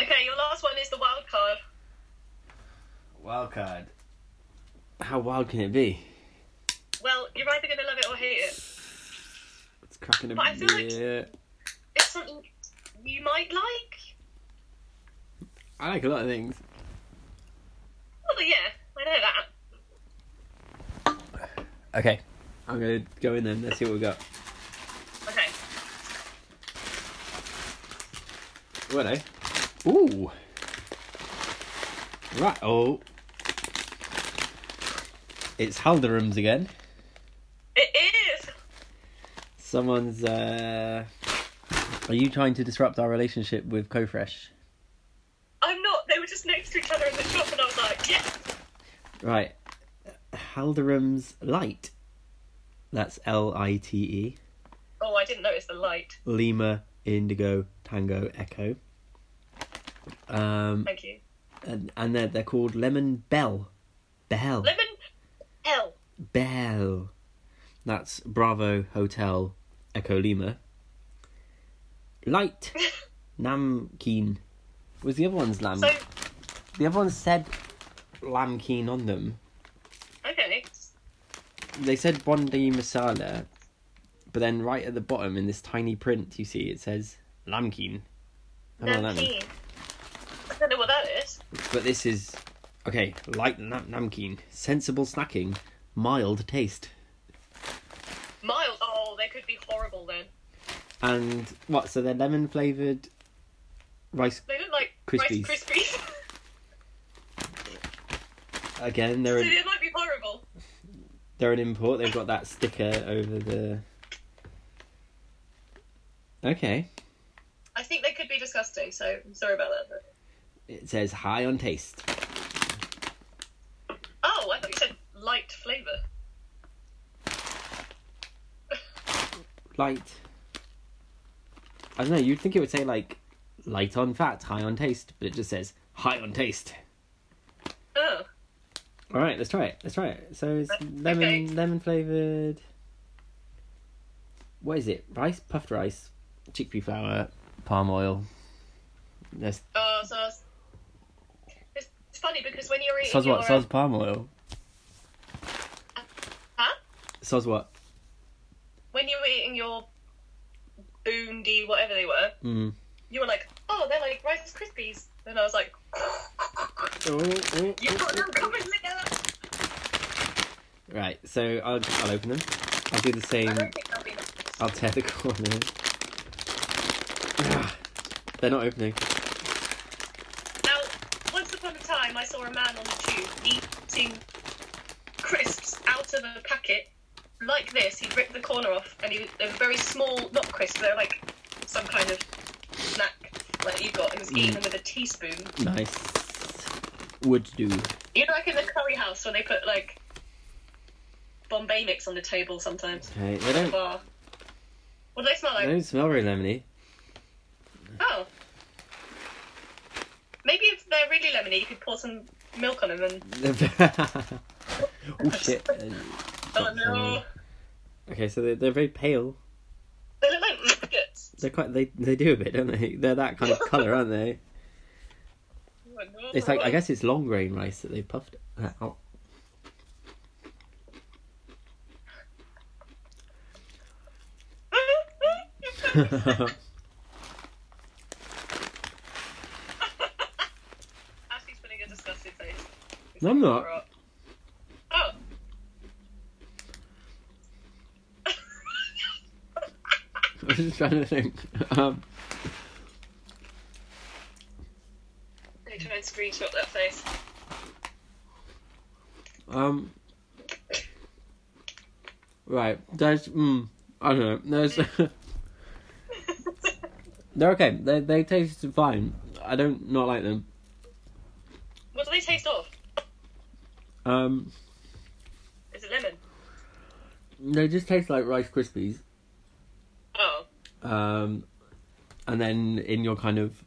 Speaker 1: Okay, your last one is the wild card.
Speaker 2: Wild card. How wild can it be?
Speaker 1: Well, you're either going to love it or hate it.
Speaker 2: It's cracking a
Speaker 1: But I feel like-
Speaker 2: beer.
Speaker 1: It's something you might like.
Speaker 2: I like a lot of things.
Speaker 1: Well, yeah, I know that.
Speaker 6: Okay.
Speaker 2: I'm gonna go in there. and Let's see what we got.
Speaker 1: Okay.
Speaker 2: What eh? Ooh. Right. Oh. It's Halderums again.
Speaker 1: It is!
Speaker 2: Someone's. uh Are you trying to disrupt our relationship with CoFresh?
Speaker 1: I'm not. They were just next to each other in the shop, and I was like, yes.
Speaker 2: Right. Halderums Light. That's L I T E.
Speaker 1: Oh, I didn't notice the light.
Speaker 2: Lima Indigo Tango Echo. Um,
Speaker 1: Thank you.
Speaker 2: and, and they're, they're called Lemon Bell. Bell.
Speaker 1: Lemon L.
Speaker 2: Bell. That's Bravo Hotel Echo Lima. Light Namkeen. Was the other one's lamb?
Speaker 1: So
Speaker 2: the other one said Lamkeen on them.
Speaker 1: okay.
Speaker 2: They said Bondi Masala, but then right at the bottom in this tiny print you see it says Lamkeen. I don't know what that means.
Speaker 1: Namkeen. I don't know what that is.
Speaker 2: But this is okay. Light nam- namkeen, sensible snacking, mild taste,
Speaker 1: Mild. Oh, they could be horrible then.
Speaker 2: and what? So they're lemon flavored rice.
Speaker 1: They look like
Speaker 2: Krispies.
Speaker 1: Rice Krispies.
Speaker 2: Again, they're
Speaker 1: so
Speaker 2: an,
Speaker 1: they might be horrible.
Speaker 2: they're an import. They've got that sticker over the. Okay,
Speaker 1: I think they could be disgusting. So I'm sorry about that. But...
Speaker 2: it says high on taste.
Speaker 1: Oh, I thought you said light flavour.
Speaker 2: Light. I don't know. You'd think it would say like light on fat, high on taste, but it just says high on taste.
Speaker 1: Oh,
Speaker 2: All right, let's try it. Let's try it. So it's lemon,
Speaker 1: Okay.
Speaker 2: lemon flavored. What is it? Rice, puffed rice, chickpea flour, palm oil. That's
Speaker 1: oh, so I was... it's it's funny because when you're eating
Speaker 2: soz
Speaker 1: your
Speaker 2: what? Soz palm oil.
Speaker 1: huh?
Speaker 2: Soz what?
Speaker 1: when you were eating your boondy, whatever they were, you were like, oh, they're like Rice Krispies. And I was like, you got them coming later.
Speaker 2: Right. So I'll I'll open them. I'll do the
Speaker 1: I
Speaker 2: same.
Speaker 1: don't think that'll be nice.
Speaker 2: I'll tear the corners. Ah, They're not opening.
Speaker 1: Now, once upon a time, I saw a man on the tube eating crisps out of a packet like this. He'd ripped the corner off, and he, they were very small, not crisps, they were like some kind of snack like you got. He was eating them with a teaspoon.
Speaker 2: Nice. Would do.
Speaker 1: You know, like in the curry house when they put like Bombay mix on the table sometimes.
Speaker 2: Okay. They don't.
Speaker 1: Bar. What do they smell
Speaker 2: They
Speaker 1: like?
Speaker 2: don't smell very lemony.
Speaker 1: Oh. Maybe if they're really lemony, you could pour some milk on them and.
Speaker 2: oh shit.
Speaker 1: Oh no!
Speaker 2: Okay, so they're, they're very pale.
Speaker 1: They look like maggots.
Speaker 2: They're quite they they do a bit, don't they? They're that kind of colour, aren't they?
Speaker 1: Oh, no.
Speaker 2: It's like I guess it's long grain rice that they puffed out.
Speaker 1: Ashley's putting a disgusting face. It's
Speaker 2: No, I'm
Speaker 1: like,
Speaker 2: not.
Speaker 1: "Grow up." Oh.
Speaker 2: I'm just trying to think. Um,
Speaker 1: They try and screenshot that face.
Speaker 2: um Right. There's mm, I don't know. There's They're okay. They they taste fine. I don't not like them.
Speaker 1: What do they taste of?
Speaker 2: Um
Speaker 1: Is it lemon?
Speaker 2: they just taste like Rice Krispies.
Speaker 1: Oh.
Speaker 2: um, and then in your kind of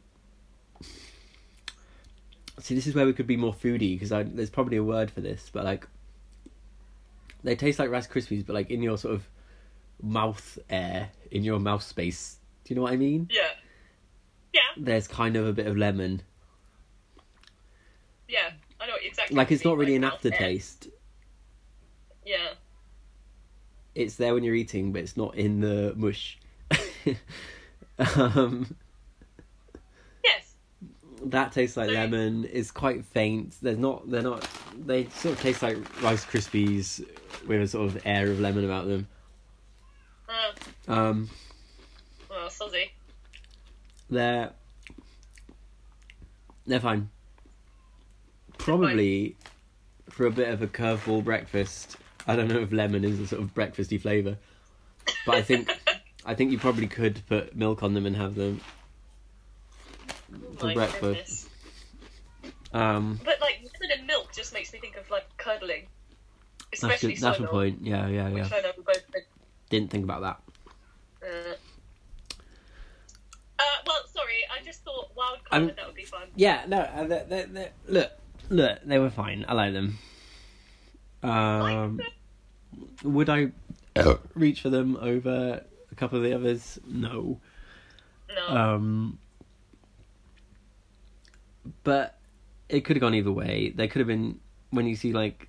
Speaker 2: see this is where we could be more foodie because there's probably a word for this but like they taste like rice krispies but like in your sort of mouth air in your mouth space do you know what i mean
Speaker 1: Yeah. Yeah.
Speaker 2: there's kind of a bit of lemon
Speaker 1: Yeah. I know what you- exactly.
Speaker 2: like it's
Speaker 1: what
Speaker 2: not
Speaker 1: you
Speaker 2: really
Speaker 1: mean
Speaker 2: an
Speaker 1: by that.
Speaker 2: aftertaste
Speaker 1: Yeah.
Speaker 2: it's there when you're eating but it's not in the mush um
Speaker 1: Yes.
Speaker 2: that tastes like
Speaker 1: They-
Speaker 2: lemon. It's quite faint. They're not. They're not. They sort of taste like Rice Krispies with a sort of air of lemon about them.
Speaker 1: Uh,
Speaker 2: Um,
Speaker 1: well, Sozzy.
Speaker 2: they're they're fine. Probably for a bit of a curveball breakfast. I don't know if lemon is a sort of breakfasty flavour, but I think I think you probably could put milk on them and have them. For
Speaker 1: Oh My
Speaker 2: breakfast.
Speaker 1: goodness.
Speaker 2: Um,
Speaker 1: But like lemon and milk just makes me think of like curdling,
Speaker 2: that's
Speaker 1: especially
Speaker 2: good. That's
Speaker 1: soy
Speaker 2: a
Speaker 1: milk,
Speaker 2: point. Yeah, yeah, yeah.
Speaker 1: Which I know we both. did.
Speaker 2: Didn't think about that.
Speaker 1: Uh, uh, well, sorry, I just thought wild I
Speaker 2: I'm-
Speaker 1: thought that would be fun.
Speaker 2: Yeah, no, uh, they they they look, look, they were fine. I like them. Um, would I reach for them over a couple of the others? No.
Speaker 1: No.
Speaker 2: Um, but it could have gone either way. There could have been when you see like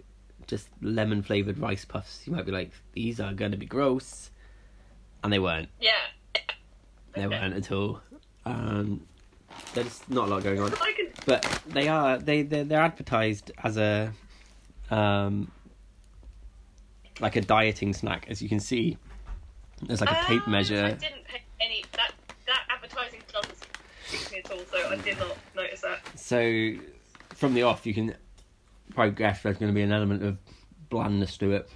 Speaker 2: just lemon flavored rice puffs, you might be like, "These are going to be gross," and they weren't.
Speaker 1: yeah.
Speaker 2: They weren't at all. Um, there's not a lot going on,
Speaker 1: I can.
Speaker 2: but they are they they're, they're advertised as a um like a dieting snack, as you can see. There's like a tape
Speaker 1: Ah, I
Speaker 2: measure.
Speaker 1: didn't pay any. That that advertising doesn't speak to me at all, so I did not notice that.
Speaker 2: So, from the off, you can probably guess there's going to be an element of blandness to it.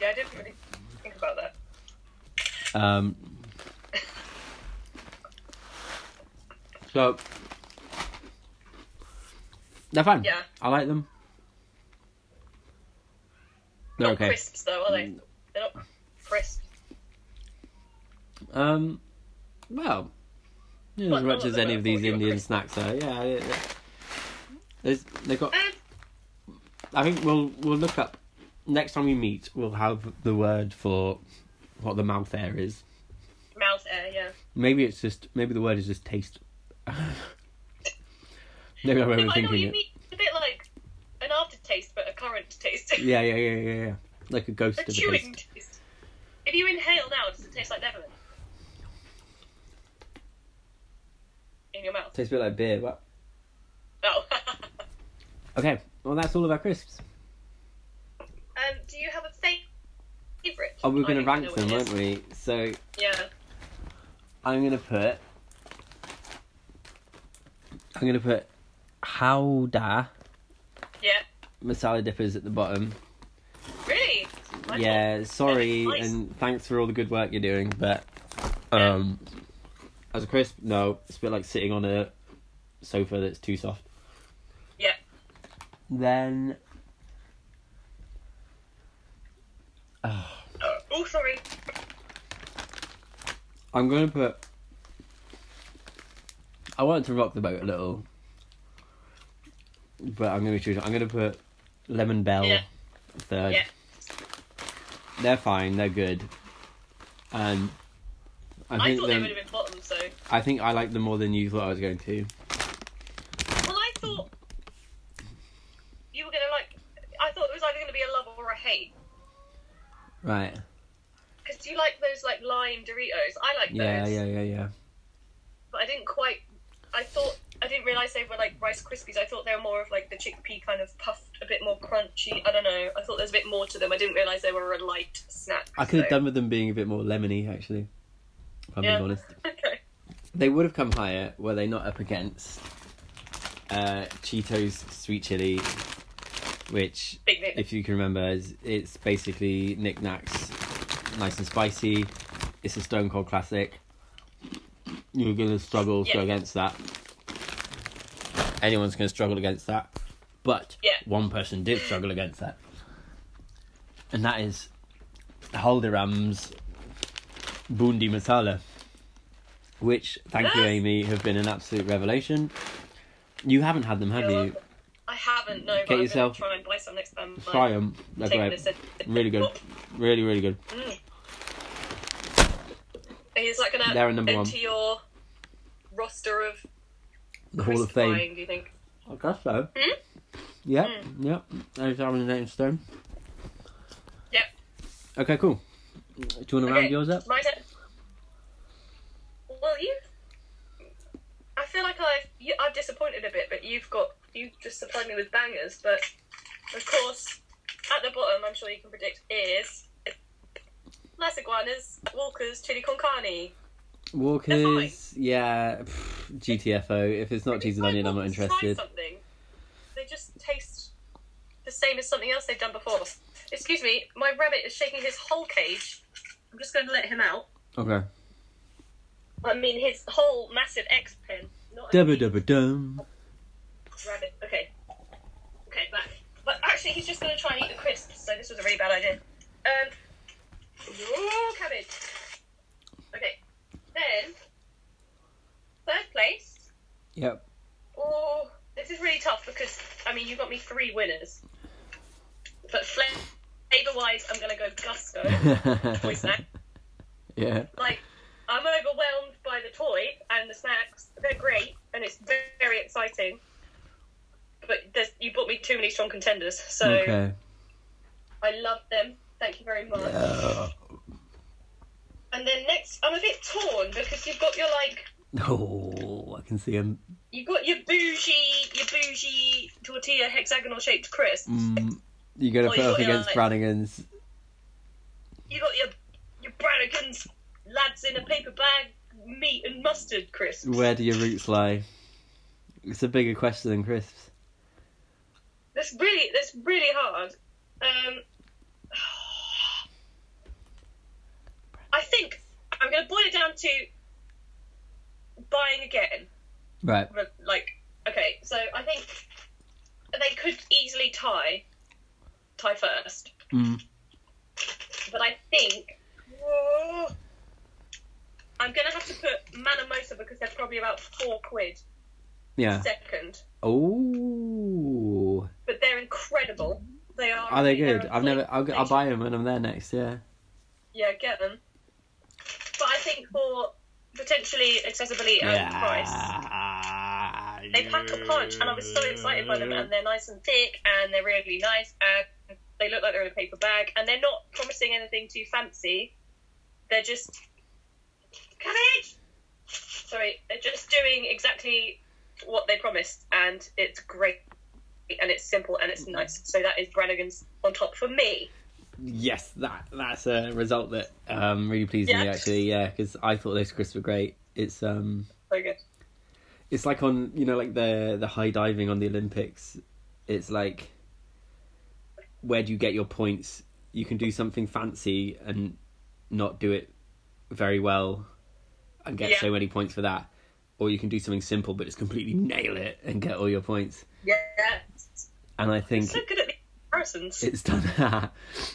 Speaker 1: Yeah, I didn't really think about that.
Speaker 2: Um, so, they're fun.
Speaker 1: Yeah.
Speaker 2: I like them. They're
Speaker 1: Not
Speaker 2: okay. Mm.
Speaker 1: crisps though, are they? They're not crisp.
Speaker 2: Um, well, yeah,
Speaker 1: Well,
Speaker 2: as much
Speaker 1: they're
Speaker 2: as
Speaker 1: not-
Speaker 2: any of these
Speaker 1: they're not
Speaker 2: Indian
Speaker 1: crisp.
Speaker 2: snacks are, yeah. they- they- There's, they've got.
Speaker 1: Um,
Speaker 2: I think we'll we'll look up next time we meet. We'll have the word for what the mouth air is.
Speaker 1: mouth air, yeah.
Speaker 2: Maybe it's just maybe the word is just taste. maybe I'm
Speaker 1: I know what
Speaker 2: overthinking
Speaker 1: you
Speaker 2: Oh, it.
Speaker 1: mean. It's a bit like an aftertaste, but a current taste.
Speaker 2: Yeah, yeah, yeah, yeah, yeah. Like a ghost
Speaker 1: a
Speaker 2: of a
Speaker 1: chewing
Speaker 2: taste.
Speaker 1: taste. If you inhale now, does it taste like Neverland? In your mouth.
Speaker 2: Tastes a bit like beer, but
Speaker 1: Oh.
Speaker 2: okay. Well, that's all of our crisps.
Speaker 1: um, do you have a favourite?
Speaker 2: Oh, we were
Speaker 1: I
Speaker 2: going to
Speaker 1: don't
Speaker 2: rank
Speaker 1: know
Speaker 2: them,
Speaker 1: what it
Speaker 2: weren't we? So
Speaker 1: is. Yeah.
Speaker 2: I'm going to put. I'm going to put Howda
Speaker 1: Yeah.
Speaker 2: masala dippers at the bottom.
Speaker 1: Really? Wonderful.
Speaker 2: Yeah, sorry,
Speaker 1: Nice.
Speaker 2: and thanks for all the good work you're doing, but um, as a crisp, no, it's a bit like sitting on a sofa that's too soft.
Speaker 1: Yeah.
Speaker 2: Then
Speaker 1: Oh, sorry.
Speaker 2: I'm gonna put. I wanted to rock the boat a little, but I'm gonna choose. I'm gonna put Lemon Bell
Speaker 1: Yeah.
Speaker 2: third.
Speaker 1: Yeah.
Speaker 2: They're fine. They're good, and I,
Speaker 1: I,
Speaker 2: think
Speaker 1: thought
Speaker 2: them-
Speaker 1: they would have been bottom, so.
Speaker 2: I think I like them more than you thought I was going to.
Speaker 1: Well, I thought you were going to like. I thought it was either going to be a love or a hate.
Speaker 2: Right.
Speaker 1: Because you like those like lime Doritos. I like
Speaker 2: Yeah,
Speaker 1: those.
Speaker 2: yeah, yeah, yeah.
Speaker 1: But I didn't quite. I thought I didn't realize they were like Rice Krispies. I thought they were more of like the chickpea kind of puffed, a bit more crunchy. I don't know. I thought there's a bit more to them. I didn't realize they were a light snack.
Speaker 2: I could have
Speaker 1: so-
Speaker 2: done with them being a bit more lemony, actually. If I'm
Speaker 1: Yeah.
Speaker 2: being honest,
Speaker 1: Okay.
Speaker 2: they would have come higher were they not up against uh, Cheetos sweet chili, which,
Speaker 1: Big Nick.
Speaker 2: if you can remember, is it's basically knickknacks, nice and spicy. It's a Stone Cold classic. You're gonna struggle to
Speaker 1: Yeah.
Speaker 2: against that. Anyone's gonna struggle against that, but
Speaker 1: Yeah.
Speaker 2: one person did struggle against that, and that is Haldiram's Bundi Masala, which, thank
Speaker 1: Ah!
Speaker 2: you, Amy, have been an absolute revelation. You haven't had them, have
Speaker 1: You're
Speaker 2: you?
Speaker 1: welcome. I haven't. No. but
Speaker 2: Get
Speaker 1: I'm gonna
Speaker 2: yourself-
Speaker 1: Try and buy some next time. like,
Speaker 2: Try them. They're
Speaker 1: taking
Speaker 2: great.
Speaker 1: this in.
Speaker 2: Really good. Really, really good.
Speaker 1: Is that gonna
Speaker 2: They're a number
Speaker 1: enter
Speaker 2: one.
Speaker 1: your roster of
Speaker 2: The Hall of Fame.
Speaker 1: crucifying, Do you think?
Speaker 2: I guess so.
Speaker 1: Hmm?
Speaker 2: Yep, yep. There's Aaron and Stone.
Speaker 1: Yep.
Speaker 2: Okay, cool. Do you want to round yours up?
Speaker 1: My turn. Well, you. I feel like I've you, I've disappointed a bit, but you've got you just supplied me with bangers. But of course, at the bottom, I'm sure you can predict is Las Iguanas, Walker's Chili Con Carne.
Speaker 2: Walkers, yeah, pff, GTFO. If it's not cheese and
Speaker 1: Like,
Speaker 2: onion, I'm not
Speaker 1: Walker's
Speaker 2: interested.
Speaker 1: Try something. They just taste the same as something else they've done before. Excuse me, my rabbit is shaking his whole cage. I'm just going to let him out.
Speaker 2: Okay.
Speaker 1: I mean, his whole massive X pen. Not a
Speaker 2: Dubba dubba dum.
Speaker 1: Rabbit. Okay. Okay, back. But actually, he's just going to try and eat the crisps, so this was a really bad idea. Um. Raw cabbage. Okay. Then, third place
Speaker 2: Yep.
Speaker 1: Oh, this is really tough because I mean you got me three winners, but flavor wise, I'm gonna go Gusto. toy snack.
Speaker 2: Yeah.
Speaker 1: Like I'm overwhelmed by the toy and the snacks. They're great and it's very, very exciting. But there's, you bought me too many strong contenders, so
Speaker 2: Okay.
Speaker 1: I love them. Thank you very much. And then next, I'm a bit torn because you've got your like
Speaker 2: Oh, I can see him.
Speaker 1: you got your bougie, your bougie tortilla hexagonal shaped crisps.
Speaker 2: You're gonna
Speaker 1: Oh,
Speaker 2: put
Speaker 1: yeah,
Speaker 2: up
Speaker 1: yeah,
Speaker 2: against
Speaker 1: like-
Speaker 2: Brannigan's.
Speaker 1: You got your your Brannigan's lads in a paper bag meat and mustard crisps.
Speaker 2: Where do your roots lie? It's a bigger question than crisps.
Speaker 1: That's really that's really hard. Um, I think I'm going to boil it down to buying again.
Speaker 2: Right.
Speaker 1: Re- Like, okay, so I think they could easily tie, tie first. But I think I'm going to have to put Manamosa because they're probably about four quid
Speaker 2: Yeah.
Speaker 1: second.
Speaker 2: Oh,
Speaker 1: But they're incredible. They are.
Speaker 2: are they
Speaker 1: they're
Speaker 2: good?
Speaker 1: a
Speaker 2: I've never. I'll, I'll
Speaker 1: flavor-
Speaker 2: buy them when I'm there next. Yeah.
Speaker 1: Yeah, get them. But I think for potentially accessibility and price, they pack a punch, and I was so excited by them. And they're nice and thick, and they're really nice, and they look like they're in a paper bag, and they're not promising anything too fancy. They're just cabbage. Sorry, they're just doing exactly what they promised, and it's great, and it's simple, and it's nice. So that is Brannigan's on top for me.
Speaker 2: Yes, that that's a result that um really pleased me
Speaker 1: Yeah.
Speaker 2: actually. Yeah, because I thought those crisps were great. It's um,
Speaker 1: So good.
Speaker 2: it's like on you know like the the high diving on the Olympics. It's like where do you get your points? You can do something fancy and not do it very well and get
Speaker 1: Yeah.
Speaker 2: so many points for that. Or you can do something simple but just completely nail it and get all your points.
Speaker 1: Yeah,
Speaker 2: And I think
Speaker 1: so good at the comparisons.
Speaker 2: it's done that.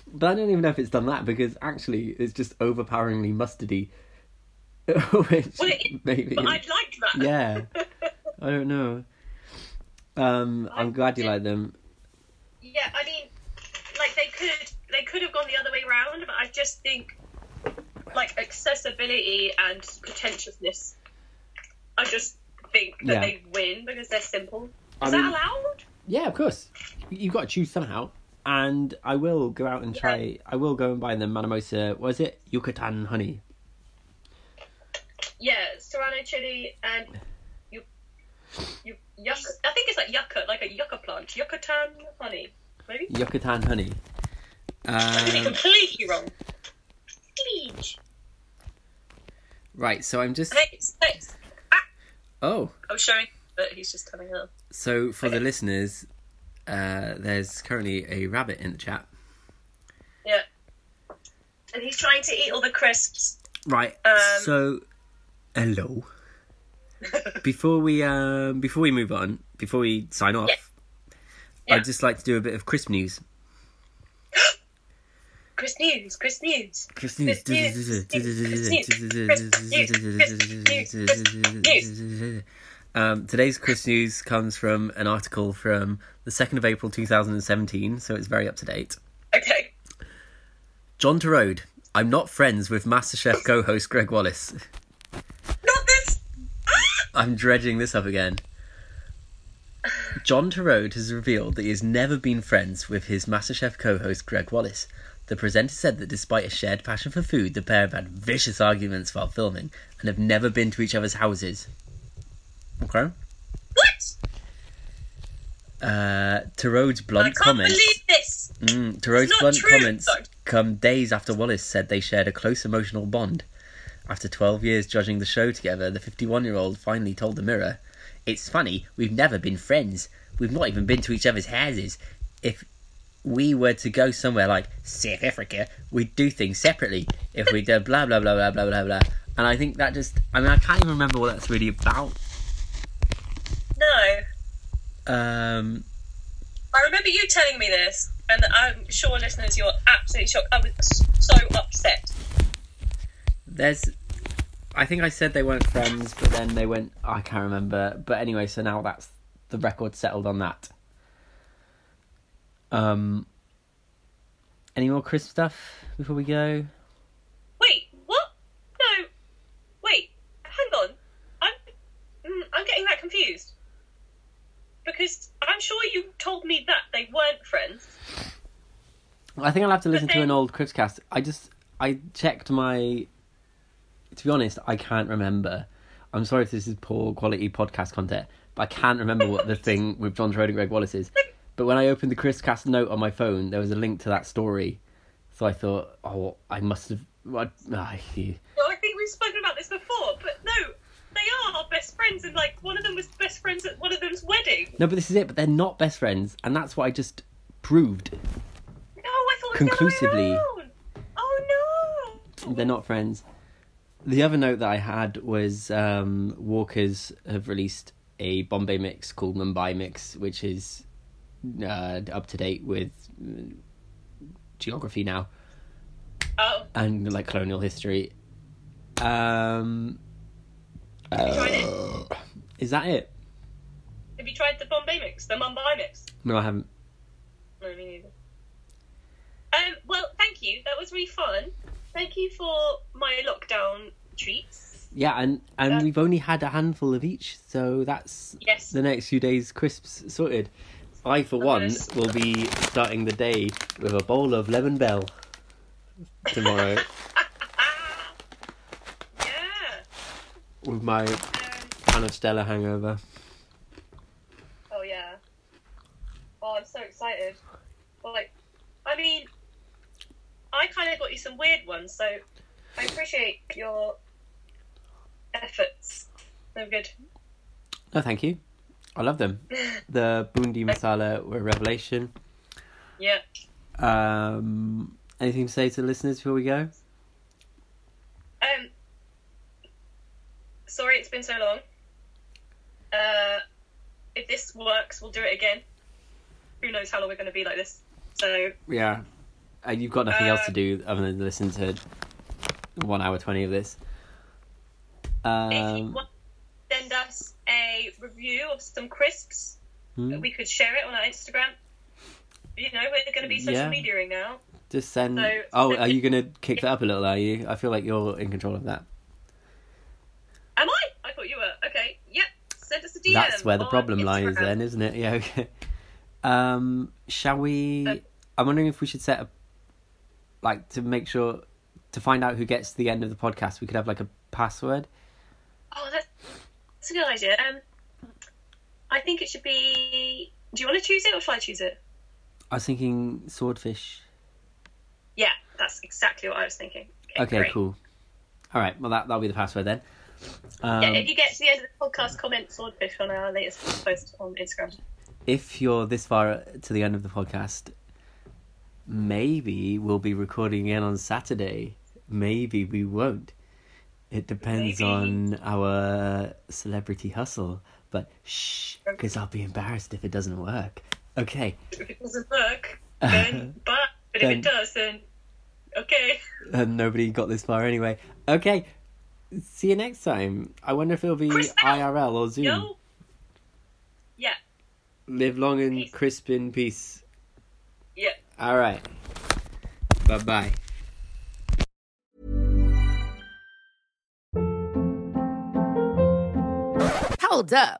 Speaker 2: But I don't even know if it's done that because actually it's just overpoweringly mustardy. Which
Speaker 1: Well, it is,
Speaker 2: maybe
Speaker 1: but I like that.
Speaker 2: yeah. I don't know. Um, I'm glad you like them.
Speaker 1: Yeah, I mean, like they could they could have gone the other way round, but I just think like accessibility and pretentiousness. I just think that
Speaker 2: Yeah.
Speaker 1: they win because they're simple. Is
Speaker 2: I
Speaker 1: that
Speaker 2: mean-
Speaker 1: allowed?
Speaker 2: Yeah, of course. You've got to choose somehow. And I will go out and try. I will go and buy them Manamosa. Was it Yucatan honey?
Speaker 1: Yeah, serrano chili and you, you yucca. I think it's like yucca, like a yucca plant, yucatan honey, maybe.
Speaker 2: Yucatan honey.
Speaker 1: I could be
Speaker 2: Um,
Speaker 1: completely wrong. Please.
Speaker 2: right. So I'm just.
Speaker 1: Hey, it's- it's- ah,
Speaker 2: Oh.
Speaker 1: I'm showing that he's just coming up.
Speaker 2: So for the listeners, uh, there's currently a rabbit in the chat.
Speaker 1: Yeah. And he's trying to eat all the crisps.
Speaker 2: Right.
Speaker 1: Um,
Speaker 2: so, hello. before we um, before we move on, before we sign off,
Speaker 1: Yeah.
Speaker 2: I'd just like to do a bit of crisp news.
Speaker 1: Crisp news, crisp news.
Speaker 2: Crisp news.
Speaker 1: Crisp news, crisp news, crisp news, crisp news, crisp news.
Speaker 2: Um, today's Chris News comes from an article from the 2nd of April 2017, so it's very up to date.
Speaker 1: Okay.
Speaker 2: John Terode, I'm not friends with MasterChef co host Greg Wallace.
Speaker 1: Not this! Ah!
Speaker 2: I'm dredging this up again. John Turode has revealed that he has never been friends with his MasterChef co host Greg Wallace. The presenter said that despite a shared passion for food, the pair have had vicious arguments while filming and have never been to each other's houses. Okay?
Speaker 1: What?
Speaker 2: Uh, Turode's
Speaker 1: I
Speaker 2: blunt
Speaker 1: can't
Speaker 2: comments.
Speaker 1: believe this!
Speaker 2: Mm, Thoreau's
Speaker 1: It's not
Speaker 2: blunt
Speaker 1: true,
Speaker 2: comments
Speaker 1: though.
Speaker 2: come days after Wallace said they shared a close emotional bond. After 12 years judging the show together, the 51 year old finally told The Mirror, It's funny, we've never been friends. We've not even been to each other's houses. If we were to go somewhere like South Africa, we'd do things separately. If we did blah, blah, blah, blah, blah, blah, blah. And I think that just, I mean, I can't even remember what that's really about.
Speaker 1: No.
Speaker 2: Um,
Speaker 1: I remember you telling me this, and I'm sure listeners, you're absolutely shocked. I was so upset.
Speaker 2: there's I think I said they weren't friends, but then they went. "Oh, I can't remember. But anyway, so now that's the record settled on that. Um. Any more crisp stuff before we go?
Speaker 1: Wait, what? No, wait, hang on. I'm, mm, I'm getting that confused because I'm sure you told me that they weren't friends.
Speaker 2: I think I'll have to listen to an old Cripscast. I just I checked my. To be honest, I can't remember. I'm sorry if this is poor quality podcast content, but I can't remember what the thing with John Schroeder and Greg Wallace is. But when I opened the Cripscast note on my phone, there was a link to that story, so I thought, oh, I must have. What? I,
Speaker 1: Well, I think we've spoken about this before, but no, they are best friends, and like one of them was best friends at one of them's wedding.
Speaker 2: no, but this is it. But they're not best friends, and that's what I just proved.
Speaker 1: No, I thought it was
Speaker 2: Conclusively.
Speaker 1: The other way around. Oh no!
Speaker 2: They're not friends. The other note that I had was um, Walkers have released a Bombay mix called Mumbai mix, which is uh, up to date with mm, geography now
Speaker 1: Oh,
Speaker 2: and like colonial history. Um,
Speaker 1: have you tried it?
Speaker 2: is that it?
Speaker 1: Have you tried the Bombay mix, the Mumbai mix?
Speaker 2: No, I haven't.
Speaker 1: No, me neither. Um, well, thank you. That was really fun. Thank you for my lockdown treats.
Speaker 2: Yeah, and and
Speaker 1: Yeah.
Speaker 2: we've only had a handful of each, so that's
Speaker 1: Yes.
Speaker 2: the next few days crisps sorted. I, for one,
Speaker 1: Fabulous.
Speaker 2: will be starting the day with a bowl of lemon bell tomorrow
Speaker 1: Yeah.
Speaker 2: with my
Speaker 1: Um,
Speaker 2: pan of Stella hangover.
Speaker 1: oh yeah. Oh, I'm so excited. Well, like, I mean, I kind of got you some weird ones, so I appreciate your efforts. They're good.
Speaker 2: No, thank you. I love them. The bundi masala were a revelation.
Speaker 1: Yeah.
Speaker 2: Um, anything to say to the listeners before we go?
Speaker 1: Um, sorry, it's been so long. Uh, if this works, we'll do it again. Who knows how long we're going to be like this? So
Speaker 2: Yeah. Uh, you've got nothing else to
Speaker 1: Uh,
Speaker 2: do other than listen to one hour twenty of this.
Speaker 1: if you
Speaker 2: Um,
Speaker 1: want, send us a review of some crisps.
Speaker 2: Hmm?
Speaker 1: We could share it on our Instagram. You know, we're going to be social
Speaker 2: Yeah.
Speaker 1: mediaing now.
Speaker 2: just send.
Speaker 1: so-
Speaker 2: oh, are you gonna kick that up a little? Are you? I feel like you're in control of that.
Speaker 1: Am I? I thought you were. Okay. Yep. Send us a DM.
Speaker 2: That's where the
Speaker 1: on
Speaker 2: problem lies,
Speaker 1: Instagram.
Speaker 2: then, isn't it? Yeah. Okay. Um, shall we?
Speaker 1: Uh,
Speaker 2: I'm wondering if we should set up, like, to make sure to find out who gets to the end of the podcast. We could have like a password.
Speaker 1: Oh, that's, that's a good idea. Um, I think it should be. Do you want to choose it or shall I choose it?
Speaker 2: I was thinking swordfish.
Speaker 1: Yeah, that's exactly what I was thinking.
Speaker 2: Okay,
Speaker 1: great.
Speaker 2: cool. All right. Well, that that'll be the password then. Um,
Speaker 1: Yeah, if you get to the end of the podcast, comment swordfish on our latest post on Instagram.
Speaker 2: if you're this far to the end of the podcast, maybe we'll be recording again on Saturday. Maybe we won't. It depends
Speaker 1: Maybe.
Speaker 2: on our celebrity hustle. But shh, because I'll be embarrassed if it doesn't work. Okay,
Speaker 1: If it doesn't work, then bye. But if
Speaker 2: Then-
Speaker 1: it does, then okay.
Speaker 2: and um, nobody got this far anyway. Okay, see you next time. I wonder if it'll be
Speaker 1: Chris, no.
Speaker 2: IRL or Zoom.
Speaker 1: No. Yeah,
Speaker 2: Live long and
Speaker 1: Peace.
Speaker 2: crisp in peace.
Speaker 1: yeah.
Speaker 2: All right. Bye bye.
Speaker 7: Hold up.